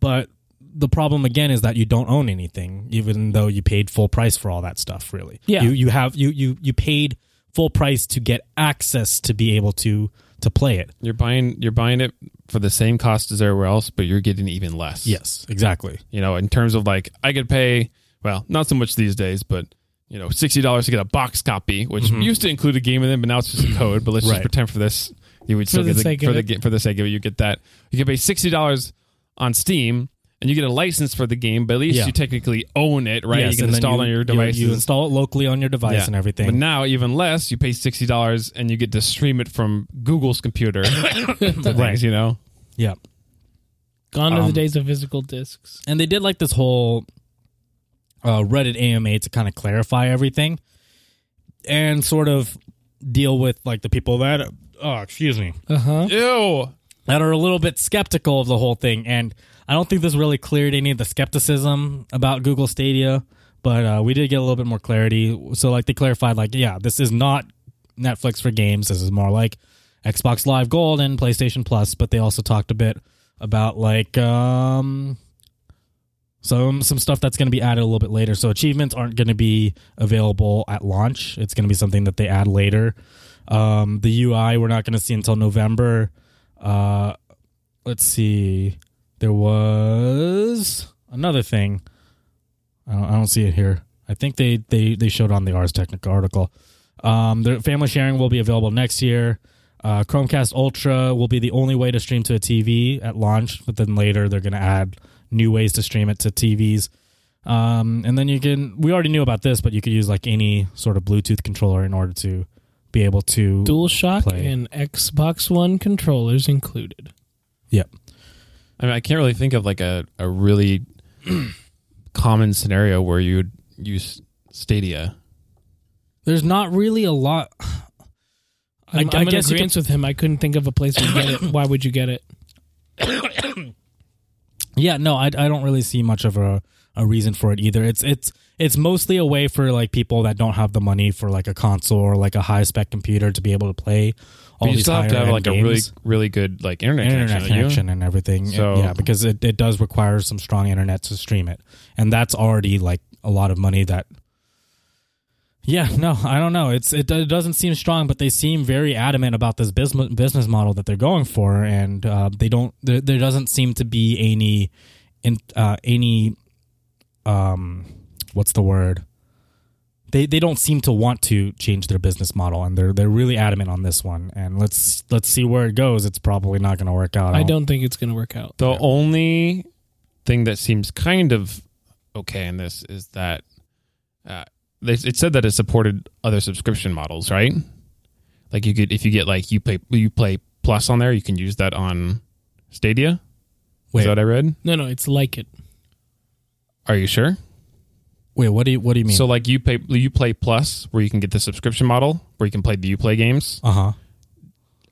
Speaker 1: But the problem again is that you don't own anything even though you paid full price for all that stuff really.
Speaker 2: Yeah.
Speaker 1: You you have you you you paid full price to get access to be able to to play it.
Speaker 3: You're buying you're buying it for the same cost as everywhere else, but you're getting even less.
Speaker 1: Yes, exactly.
Speaker 3: You know, in terms of like I could pay well, not so much these days, but you know, sixty dollars to get a box copy, which used to include a game in it, but now it's just a code. But let's
Speaker 1: Mm-hmm. Right.
Speaker 3: just pretend for this you would still
Speaker 2: the
Speaker 3: get the,
Speaker 2: sake
Speaker 3: for
Speaker 2: of
Speaker 3: the
Speaker 2: it.
Speaker 3: ga- for the sake of it. You get that. You can pay sixty dollars on Steam, and you get a license for the game. But at least
Speaker 1: Yeah.
Speaker 3: you technically own it, right?
Speaker 1: Yes,
Speaker 3: you can
Speaker 1: and then
Speaker 3: install it on
Speaker 1: you-
Speaker 3: your
Speaker 1: you-
Speaker 3: devices.
Speaker 1: You, install it locally on your device
Speaker 3: Yeah.
Speaker 1: and everything.
Speaker 3: But now, even less, you pay sixty dollars and you get to stream it from
Speaker 1: *coughs*
Speaker 3: Google's computer. *coughs* right, you know.
Speaker 1: yeah.
Speaker 2: Gone are the
Speaker 1: Um,
Speaker 2: days of physical discs.
Speaker 1: And they did like this whole uh, Reddit AMA to kind of clarify everything and sort of deal with like the people that oh excuse me
Speaker 2: Uh huh.
Speaker 3: Ew.
Speaker 1: that are a little bit skeptical of the whole thing and i don't think this really cleared any of the skepticism about google stadia but uh, we did get a little bit more clarity so like they clarified like yeah this is not netflix for games this is more like xbox live gold and playstation plus but they also talked a bit about like um some some stuff that's going to be added a little bit later. So achievements aren't going to be available at launch. It's going to be something that they add later. Um, the UI we're not going to see until November. Uh, let's see. There was another thing. I don't, I don't see it here. I think they they they showed on the Ars Technica article. Um, their family sharing will be available next year. Uh, Chromecast Ultra will be the only way to stream to a TV at launch, but then later they're going to add new ways to stream it to TVs. Um, and then you can, we already knew about this, but you could use like any sort of Bluetooth controller in order to be able to.
Speaker 2: DualShock
Speaker 1: Play.
Speaker 2: and Xbox One controllers included.
Speaker 1: Yep.
Speaker 3: I mean, I can't really think of like a, a really common scenario where you'd use Stadia.
Speaker 1: There's not really a lot. I-
Speaker 2: I'm,
Speaker 1: I
Speaker 2: I, am in
Speaker 1: guess you
Speaker 2: agreement with him. I couldn't think of a place to get *coughs* it. Why would you get it?
Speaker 1: Yeah, no, I, I don't really see much of a, a reason for it either. It's it's it's mostly a way for like people that don't have the money for like a console or like a high spec computer to be able to play all
Speaker 3: But you
Speaker 1: these
Speaker 3: still have to have
Speaker 1: higher-end
Speaker 3: like a
Speaker 1: games.
Speaker 3: really really good like internet,
Speaker 1: internet
Speaker 3: connection. don't you?
Speaker 1: connection and everything.
Speaker 3: So-
Speaker 1: yeah, because it, it does require some strong internet to stream it. And that's already like a lot of money that yeah, no, I don't know. It's it, do- it doesn't seem strong, but they seem very adamant about this business business model that they're going for, and uh, they don't. There, there doesn't seem to be any, in, uh, any, um, what's the word? They they don't seem to want to change their business model, and they're they're really adamant on this one. And let's let's see where it goes. It's probably not going to work out.
Speaker 2: I don't think it's going to work out.
Speaker 3: The only thing that seems kind of okay in this is that uh, they, it said that it supported other subscription models, right? Like you could, if you get like you play you play Plus on there, you can use that on Stadia.
Speaker 1: Wait.
Speaker 3: Is that what I read?
Speaker 2: No, no, it's like it.
Speaker 3: Are you sure?
Speaker 1: Wait, what do you what do you mean?
Speaker 3: So like you pay you play Plus, where you can get the subscription model, where you can play the UPlay games.
Speaker 1: uh huh.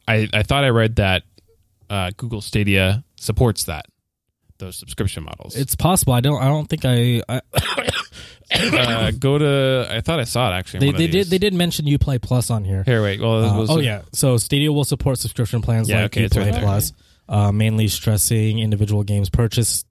Speaker 3: I I thought I read that uh, Google Stadia supports that those subscription models.
Speaker 1: It's possible. I don't. I don't think I. I *laughs*
Speaker 3: uh, go to. I thought I saw it actually. in
Speaker 1: they
Speaker 3: one of
Speaker 1: they did
Speaker 3: these.
Speaker 1: they did mention UPlay Plus on here.
Speaker 3: Here, wait. Well,
Speaker 1: Uh,
Speaker 3: it was-
Speaker 1: oh yeah, so Stadia will support subscription plans
Speaker 3: Yeah,
Speaker 1: like
Speaker 3: okay, it's
Speaker 1: Uplay
Speaker 3: right there.
Speaker 1: Plus, uh, mainly stressing individual games purchase.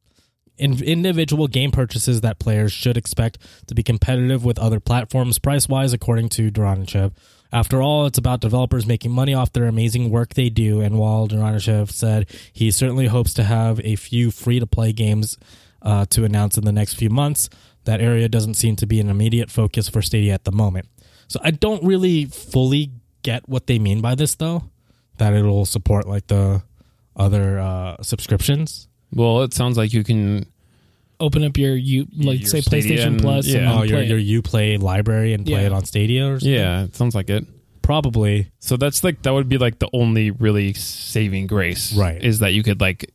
Speaker 1: In, individual game purchases that players should expect to be competitive with other platforms price wise, according to Duranichev. After all, it's about developers making money off their amazing work they do. And while Duranichev said he certainly hopes to have a few free to play games uh, to announce in the next few months, that area doesn't seem to be an immediate focus for Stadia at the moment. So I don't really fully get what they mean by this, though, that it'll support like the other uh, subscriptions.
Speaker 3: Well, it sounds like you can.
Speaker 2: Open up your you like
Speaker 3: Your
Speaker 2: say
Speaker 3: Stadia
Speaker 2: PlayStation
Speaker 3: and-
Speaker 2: Plus.
Speaker 3: yeah.
Speaker 2: and then
Speaker 1: Oh, your your
Speaker 2: play it.
Speaker 1: UPlay library and play
Speaker 2: Yeah.
Speaker 1: it on Stadia or something?
Speaker 3: Yeah, it sounds like it.
Speaker 1: probably.
Speaker 3: So that's like that would be like the only really saving grace,
Speaker 1: Right.
Speaker 3: Is that you could like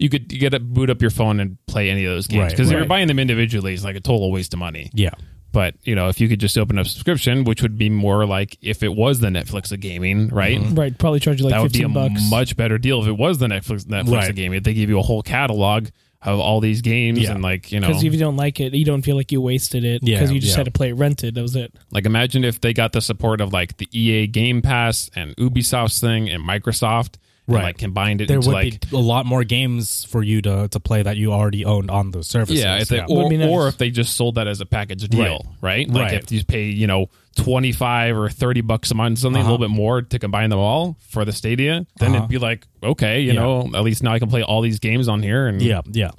Speaker 3: you could you get to boot up your phone and play any of those games
Speaker 1: Right,
Speaker 3: because if you're
Speaker 1: right.
Speaker 3: buying them individually, it's like a total waste of money.
Speaker 1: Yeah,
Speaker 3: But you know, if you could just open up subscription, which would be more like if it was the Netflix of gaming, right?
Speaker 1: Mm-hmm.
Speaker 2: right. Probably charge you like
Speaker 3: that would be a
Speaker 2: fifteen bucks.
Speaker 3: much better deal if it was the Netflix Netflix
Speaker 1: Right.
Speaker 3: of gaming. They give you a whole catalog of all these games
Speaker 1: Yeah.
Speaker 3: and like you know,
Speaker 2: because if you don't like it, you don't feel like you wasted it
Speaker 1: Yeah,
Speaker 2: because you just
Speaker 1: yeah.
Speaker 2: had to play it rented. That was it.
Speaker 3: Like imagine if they got the support of like the EA Game Pass and Ubisoft's thing and Microsoft,
Speaker 1: Right.
Speaker 3: And like combined it
Speaker 1: there
Speaker 3: into
Speaker 1: would
Speaker 3: like
Speaker 1: be a lot more games for you to, to play that you already owned on those services.
Speaker 3: yeah, if they,
Speaker 2: Would
Speaker 3: or,
Speaker 2: be nice.
Speaker 3: or if they just sold that as a package deal, right? Like
Speaker 1: Right.
Speaker 3: if you pay you know twenty five or thirty bucks a month, something a little bit more to combine them all for the Stadia, then it'd be like okay, you
Speaker 1: Yeah.
Speaker 3: know, at least now I can play all these games on here. And
Speaker 1: yeah, yeah.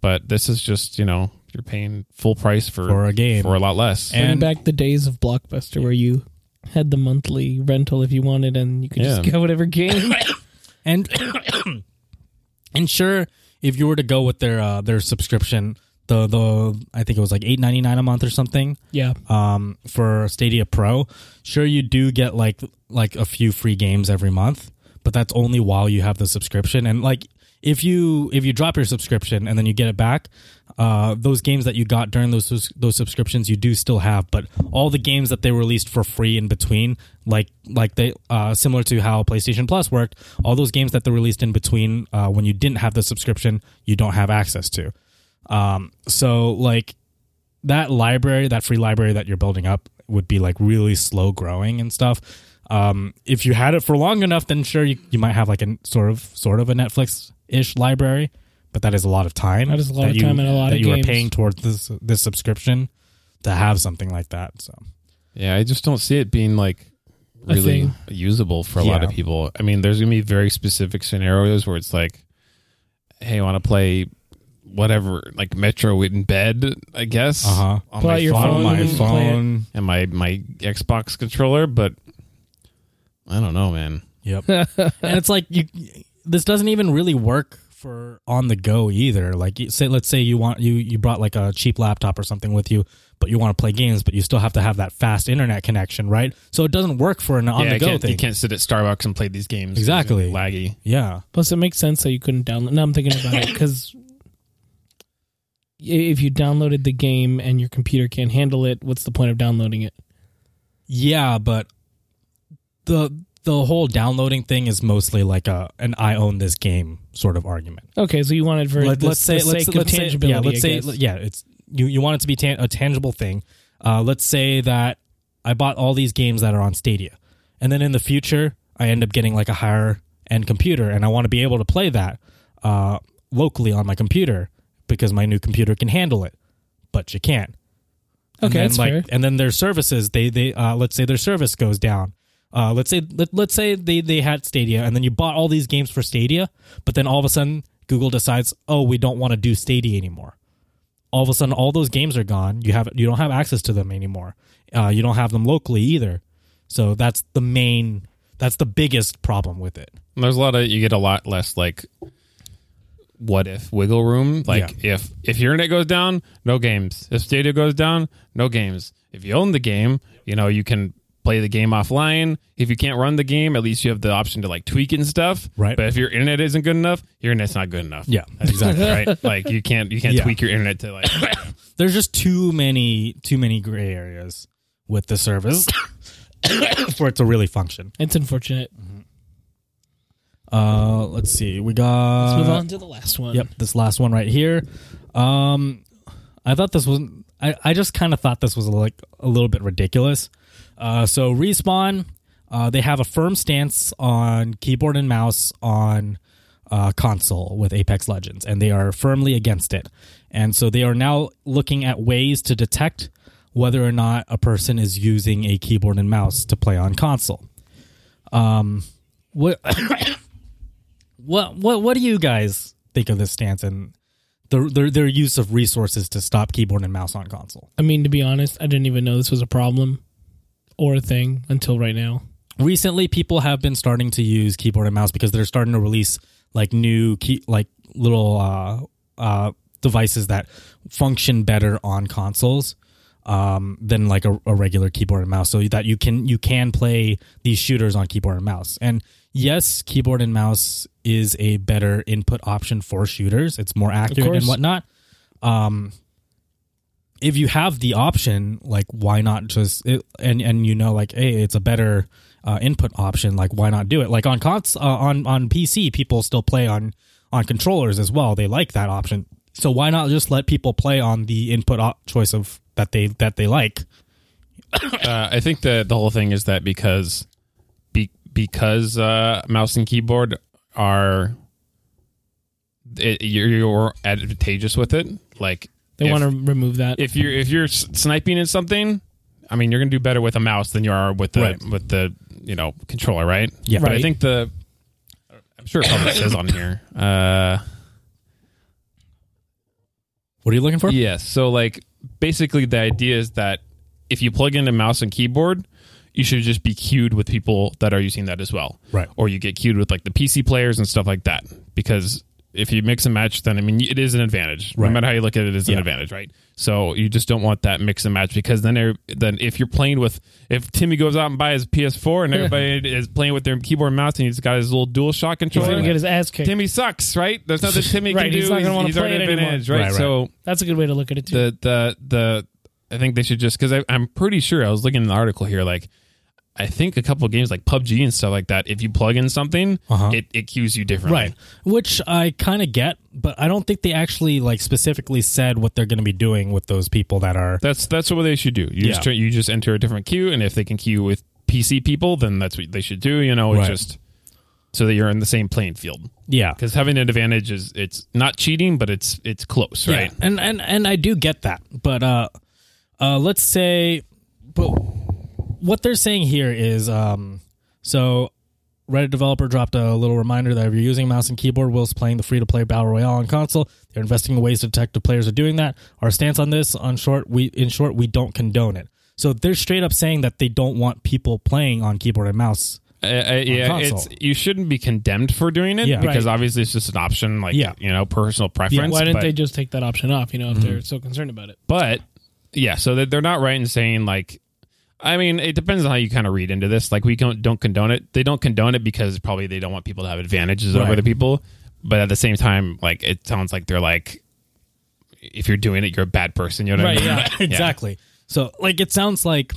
Speaker 3: but this is just you know you're paying full price for
Speaker 1: For a game.
Speaker 3: for a lot less.
Speaker 1: And-
Speaker 2: Bring back the days of Blockbuster where you had the monthly rental if you wanted, and you could just
Speaker 3: Yeah.
Speaker 2: get whatever game.
Speaker 1: And *coughs* and sure, if you were to go with their uh, their subscription, the the I think it was like eight ninety nine a month or something
Speaker 2: *laughs* yeah,
Speaker 1: um, for Stadia Pro. Sure, you do get like like a few free games every month, but that's only while you have the subscription. And like if you if you drop your subscription and then you get it back, uh, those games that you got during those sus- those subscriptions you do still have, but all the games that they released for free in between, like like they uh, similar to how PlayStation Plus worked, all those games that they released in between uh, when you didn't have the subscription, you don't have access to. Um, so like that library, that free library that you're building up would be like really slow growing and stuff. Um, if you had it for long enough, then sure you, you might have like a sort of sort of a Netflix ish library, but that is a lot of time.
Speaker 2: That is a lot of time and a lot
Speaker 1: that
Speaker 2: of
Speaker 1: you
Speaker 2: games.
Speaker 1: are paying towards this this subscription to have something like that. So
Speaker 3: Yeah, I just don't see it being like
Speaker 2: A
Speaker 3: really
Speaker 2: thing.
Speaker 3: usable for a lot of
Speaker 1: Yeah.
Speaker 3: people. I mean, there's gonna be very specific scenarios where it's like, "Hey, I want to play whatever, like Metro in bed, I guess,
Speaker 1: Uh-huh.
Speaker 3: on
Speaker 2: Pull
Speaker 3: my
Speaker 2: out your
Speaker 3: phone,
Speaker 2: phone
Speaker 3: my
Speaker 2: and
Speaker 3: phone,
Speaker 2: play it.
Speaker 3: and my my Xbox controller." But I don't know, man.
Speaker 1: Yep. *laughs* and it's like you this doesn't even really work for on the go either. Like you say let's say you want you you brought like a cheap laptop or something with you, but you want to play games, but you still have to have that fast internet connection, right? So it doesn't work for an on
Speaker 3: yeah,
Speaker 1: the
Speaker 3: I
Speaker 1: go
Speaker 3: can't,
Speaker 1: thing.
Speaker 3: you can't sit at Starbucks and play these games. 'cause it's
Speaker 1: Exactly.
Speaker 3: laggy.
Speaker 1: Yeah.
Speaker 2: Plus, it makes sense that you couldn't download. Now I'm thinking about it because if you downloaded the game and your computer can't handle it, what's the point of downloading it?
Speaker 1: Yeah, but the the whole downloading thing is mostly like a an I own this game sort of argument.
Speaker 2: Okay, so you want it for
Speaker 1: Let,
Speaker 2: the,
Speaker 1: us say
Speaker 2: the
Speaker 1: let's,
Speaker 2: sake
Speaker 1: let's
Speaker 2: of
Speaker 1: say-
Speaker 2: tangibility.
Speaker 1: yeah, let's
Speaker 2: I
Speaker 1: say
Speaker 2: guess.
Speaker 1: yeah, it's you you want it to be tan- a tangible thing. Uh, let's say that I bought all these games that are on Stadia, and then in the future I end up getting like a higher end computer, and I want to be able to play that uh, locally on my computer because my new computer can handle it, but you can't.
Speaker 2: Okay,
Speaker 1: and then,
Speaker 2: that's
Speaker 1: like,
Speaker 2: fair.
Speaker 1: And then their services, they they uh, let's say their service goes down. Uh, let's say let, let's say they they had Stadia, and then you bought all these games for Stadia, but then all of a sudden Google decides, oh, we don't want to do Stadia anymore. All of a sudden, all those games are gone. You have you don't have access to them anymore. Uh, you don't have them locally either. So that's the main. That's the biggest problem with it.
Speaker 3: And there's a lot of you get a lot less like what if wiggle room. Like if if your internet goes down, no games. If Stadia goes down, no games. If you own the game, you know you can play the game offline. If you can't run the game, at least you have the option to like tweak and stuff.
Speaker 1: Right.
Speaker 3: But if your internet isn't good enough, your internet's not good enough.
Speaker 1: Yeah. *laughs*
Speaker 2: *laughs*
Speaker 3: That's exactly right. Like you can't you can't
Speaker 1: Yeah.
Speaker 3: tweak your internet to like
Speaker 1: There's just too many too many gray areas with the
Speaker 2: *coughs*
Speaker 1: service *coughs* for it to really function.
Speaker 2: it's unfortunate.
Speaker 1: Uh, let's see. We got.
Speaker 2: Let's move on to the last one.
Speaker 1: Yep, this last one right here. Um, I thought this was. I, I just kind of thought this was like a little bit ridiculous. Uh, so respawn, uh, they have a firm stance on keyboard and mouse on uh, console with Apex Legends, and they are firmly against it. And so they are now looking at ways to detect whether or not a person is using a keyboard and mouse to play on console. Um, what what what what do you guys think of this stance and their their, their use of resources to stop keyboard and mouse on console?
Speaker 2: I mean, to be honest, I didn't even know this was a problem or a thing until right now.
Speaker 1: Recently, people have been starting to use keyboard and mouse because they're starting to release like new key like little uh, uh, devices that function better on consoles um, than like a, a regular keyboard and mouse, so that you can you can play these shooters on keyboard and mouse. And yes, keyboard and mouse is a better input option for shooters. It's more accurate
Speaker 2: course.
Speaker 1: and whatnot. Um, if you have the option, like why not just it, and and you know like hey, it's a better uh, input option. Like why not do it? Like on cons uh, on on PC, people still play on on controllers as well. They like that option. So why not just let people play on the input op- choice of that they that they like?
Speaker 3: uh, I think the the whole thing is that because be, because uh, mouse and keyboard are it, you're, you're advantageous with it. Like
Speaker 2: They
Speaker 3: if-
Speaker 2: want to remove that.
Speaker 3: if you're if you're s- sniping at something, I mean you're gonna do better with a mouse than you are with the
Speaker 1: Right.
Speaker 3: with the you know controller, right?
Speaker 1: Yeah.
Speaker 3: But I
Speaker 2: Right.
Speaker 3: think the I'm sure it probably says on here. Uh,
Speaker 1: What are you looking
Speaker 3: *laughs*
Speaker 1: for?
Speaker 3: Yes. So like basically the idea is that if you plug in a mouse and keyboard, you should just be queued with people that are using that as well.
Speaker 1: Right.
Speaker 3: Or you get queued with like the PC players and stuff like that. Because if you mix and match, then I mean, it is an advantage.
Speaker 1: Right.
Speaker 3: No matter how you look at it, it's
Speaker 1: Yeah.
Speaker 3: an advantage, right? So you just don't want that mix and match because then, they're- then if you're playing with, if Timmy goes out and buys his PS4
Speaker 2: *laughs*
Speaker 3: and everybody is playing with their keyboard and mouse and he's got his little dual shot
Speaker 2: He's
Speaker 3: controller,
Speaker 2: gonna get his ass kicked.
Speaker 3: Timmy sucks, right?
Speaker 2: *laughs*
Speaker 3: There's nothing Timmy
Speaker 2: Right,
Speaker 3: can do.
Speaker 2: he's not gonna wanna
Speaker 3: he's
Speaker 2: play
Speaker 3: already
Speaker 2: it
Speaker 3: been
Speaker 2: anymore.
Speaker 3: edged, right?
Speaker 1: Right, right.
Speaker 3: So
Speaker 2: That's a good way to look at it too.
Speaker 3: the the the I think they should just because I'm pretty sure I was looking at an article here like I think a couple of games like PUBG and stuff like that. If you plug in something,
Speaker 1: Uh-huh.
Speaker 3: it it cues you differently.
Speaker 1: Right. Which I kind of get, but I don't think they actually like specifically said what they're going to be doing with those people that are
Speaker 3: That's that's what they should do. You
Speaker 1: Yeah.
Speaker 3: just turn, you just enter a different queue, and if they can queue with PC people, then that's what they should do. You know,
Speaker 1: Right.
Speaker 3: it's just so that you're in the same playing field.
Speaker 1: yeah.
Speaker 3: Because having an advantage is it's not cheating, but it's it's close,
Speaker 1: Yeah.
Speaker 3: right?
Speaker 1: And and and I do get that. But uh uh let's say but what they're saying here is um so Reddit developer dropped a little reminder that if you're using mouse and keyboard whilst playing the free-to-play battle royale on console, they're investing in ways to detect if players are doing that. Our stance on this, on short, we in short, we don't condone it. So they're straight up saying that they don't want people playing on keyboard and mouse
Speaker 3: Uh, uh, yeah,
Speaker 1: console.
Speaker 3: it's you shouldn't be condemned for doing it
Speaker 1: Yeah.
Speaker 3: because
Speaker 2: Right.
Speaker 3: obviously it's just an option, like
Speaker 1: Yeah.
Speaker 3: you know, personal preference.
Speaker 2: Why didn't
Speaker 3: but,
Speaker 2: they just take that option off? You know, if they're so concerned about it.
Speaker 3: But yeah, so that they're not right in saying like, I mean, it depends on how you kind of read into this. Like we don't don't condone it. They don't condone it because probably they don't want people to have advantages
Speaker 1: Right.
Speaker 3: over the people. But at the same time, like it sounds like they're like, if you're doing it, you're a bad person. You know what
Speaker 2: Right,
Speaker 3: I mean?
Speaker 2: *laughs* yeah.
Speaker 1: exactly. So like it sounds like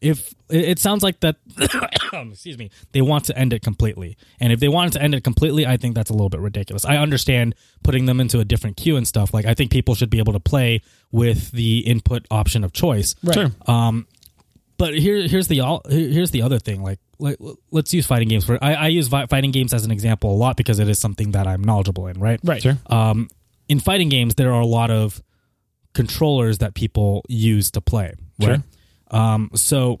Speaker 1: if it it sounds like that *coughs* excuse me, they want to end it completely. And if they wanted to end it completely, I think that's a little bit ridiculous. I understand putting them into a different queue and stuff. Like I think people should be able to play with the input option of choice.
Speaker 2: Right.
Speaker 3: Sure.
Speaker 1: But here here's the all here- here's the other thing. Like like let's use fighting games for I, I use vi- fighting games as an example a lot because it is something that I'm knowledgeable in, right?
Speaker 2: Right.
Speaker 3: Sure.
Speaker 1: um, in fighting games, there are a lot of controllers that people use to play. Right? Um, so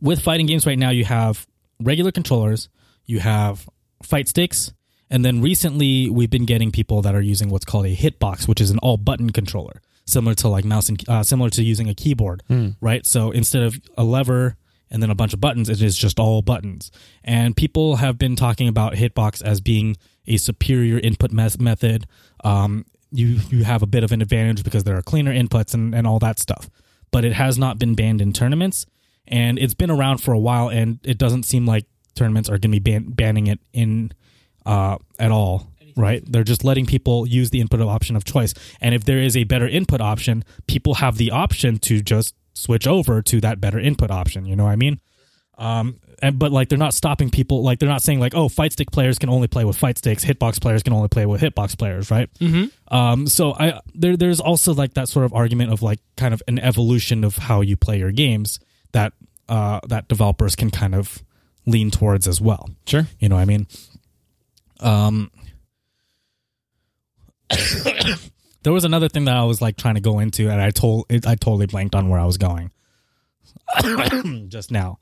Speaker 1: with fighting games right now, you have regular controllers, you have fight sticks, and then recently we've been getting people that are using what's called a hitbox, which is an all button controller, similar to like mouse and uh, similar to using a keyboard, right? So instead of a lever and then a bunch of buttons, it is just all buttons. And people have been talking about hitbox as being a superior input mes- method. Um, you you have a bit of an advantage because there are cleaner inputs and, and all that stuff. But it has not been banned in tournaments, and it's been around for a while, and it doesn't seem like tournaments are going to be ban- banning it in uh, at all. Right? They're just letting people use the input option of choice, and if there is a better input option, people have the option to just switch over to that better input option. You know what I mean? Um, and but like they're not stopping people. Like they're not saying like, oh, fight stick players can only play with fight sticks. Hitbox players can only play with hitbox players, right? Mm-hmm. Um, so I there there's also like that sort of argument of like kind of an evolution of how you play your games that uh that developers can kind of lean towards as well.
Speaker 3: Sure.
Speaker 1: You know what I mean? Um, *coughs* there was another thing that I was like trying to go into, and I told it, I totally blanked on where I was going *coughs* just now.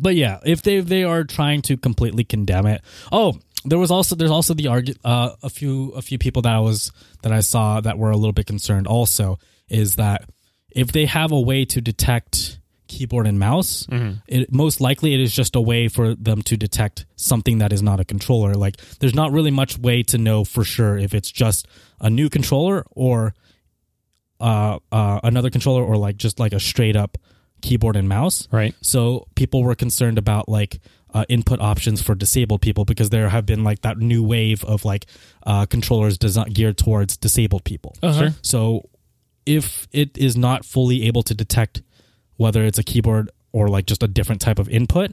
Speaker 1: But yeah, if they they are trying to completely condemn it, oh, there was also there's also the argu- uh, a few a few people that I was that I saw that were a little bit concerned. Also, is that if they have a way to detect keyboard and mouse, it, most likely it is just a way for them to detect something that is not a controller. Like there's not really much way to know for sure if it's just a new controller or uh, uh, another controller or like just like a straight up keyboard and mouse.
Speaker 3: *laughs* Right.
Speaker 1: So people were concerned about like uh, input options for disabled people because there have been like that new wave of like uh, controllers design- geared towards disabled people.
Speaker 2: Uh-huh. Sure.
Speaker 1: So if it is not fully able to detect whether it's a keyboard or like just a different type of input,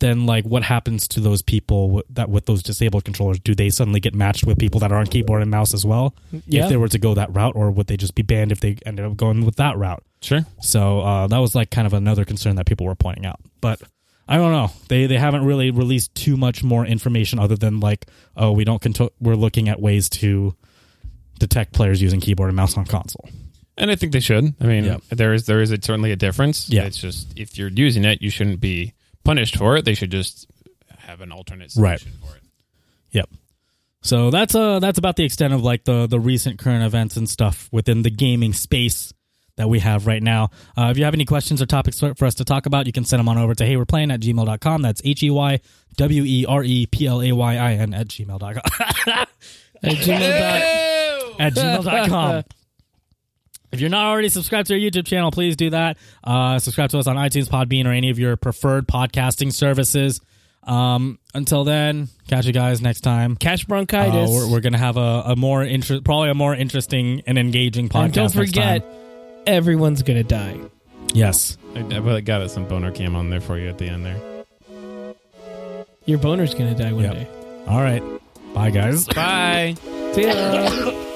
Speaker 1: then like what happens to those people w- that with those disabled controllers? Do they suddenly get matched with people that are on keyboard and mouse as well?
Speaker 2: Yeah.
Speaker 1: If they were to go that route, or would they just be banned if they ended up going with that route?
Speaker 3: Sure.
Speaker 1: So uh, that was like kind of another concern that people were pointing out. But I don't know. They they haven't really released too much more information other than like, oh, we don't control. We're looking at ways to detect players using keyboard and mouse on console.
Speaker 3: And I think they should. I mean,
Speaker 1: Yeah.
Speaker 3: there is there is a, certainly a difference.
Speaker 1: Yeah.
Speaker 3: It's just if you're using it, you shouldn't be punished for it. They should just have an alternate
Speaker 1: Right.
Speaker 3: solution for it.
Speaker 1: Yep. So that's uh that's about the extent of like the the recent current events and stuff within the gaming space that we have right now. Uh, if you have any questions or topics for, for us to talk about, you can send them on over to heywardplaying at gmail.com. That's H E Y W E R E P L A Y I N at gmail.com.
Speaker 2: At gmail
Speaker 1: at gmail.com. *laughs* If you're not already subscribed to our YouTube channel, please do that. Uh, subscribe to us on iTunes, Podbean, or any of your preferred podcasting services. Um, until then, catch you guys next time.
Speaker 2: Cash
Speaker 1: Uh,
Speaker 2: bronchitis.
Speaker 1: we're, we're gonna have a, a more interest, probably a more interesting and engaging podcast.
Speaker 2: and don't
Speaker 1: next
Speaker 2: forget,
Speaker 1: time.
Speaker 2: everyone's gonna die.
Speaker 1: yes.
Speaker 3: I, I got some boner cam on there for you at the end there.
Speaker 2: Your boner's gonna die one
Speaker 1: Yep.
Speaker 2: day.
Speaker 1: All right, bye guys.
Speaker 3: Bye.
Speaker 2: See ya.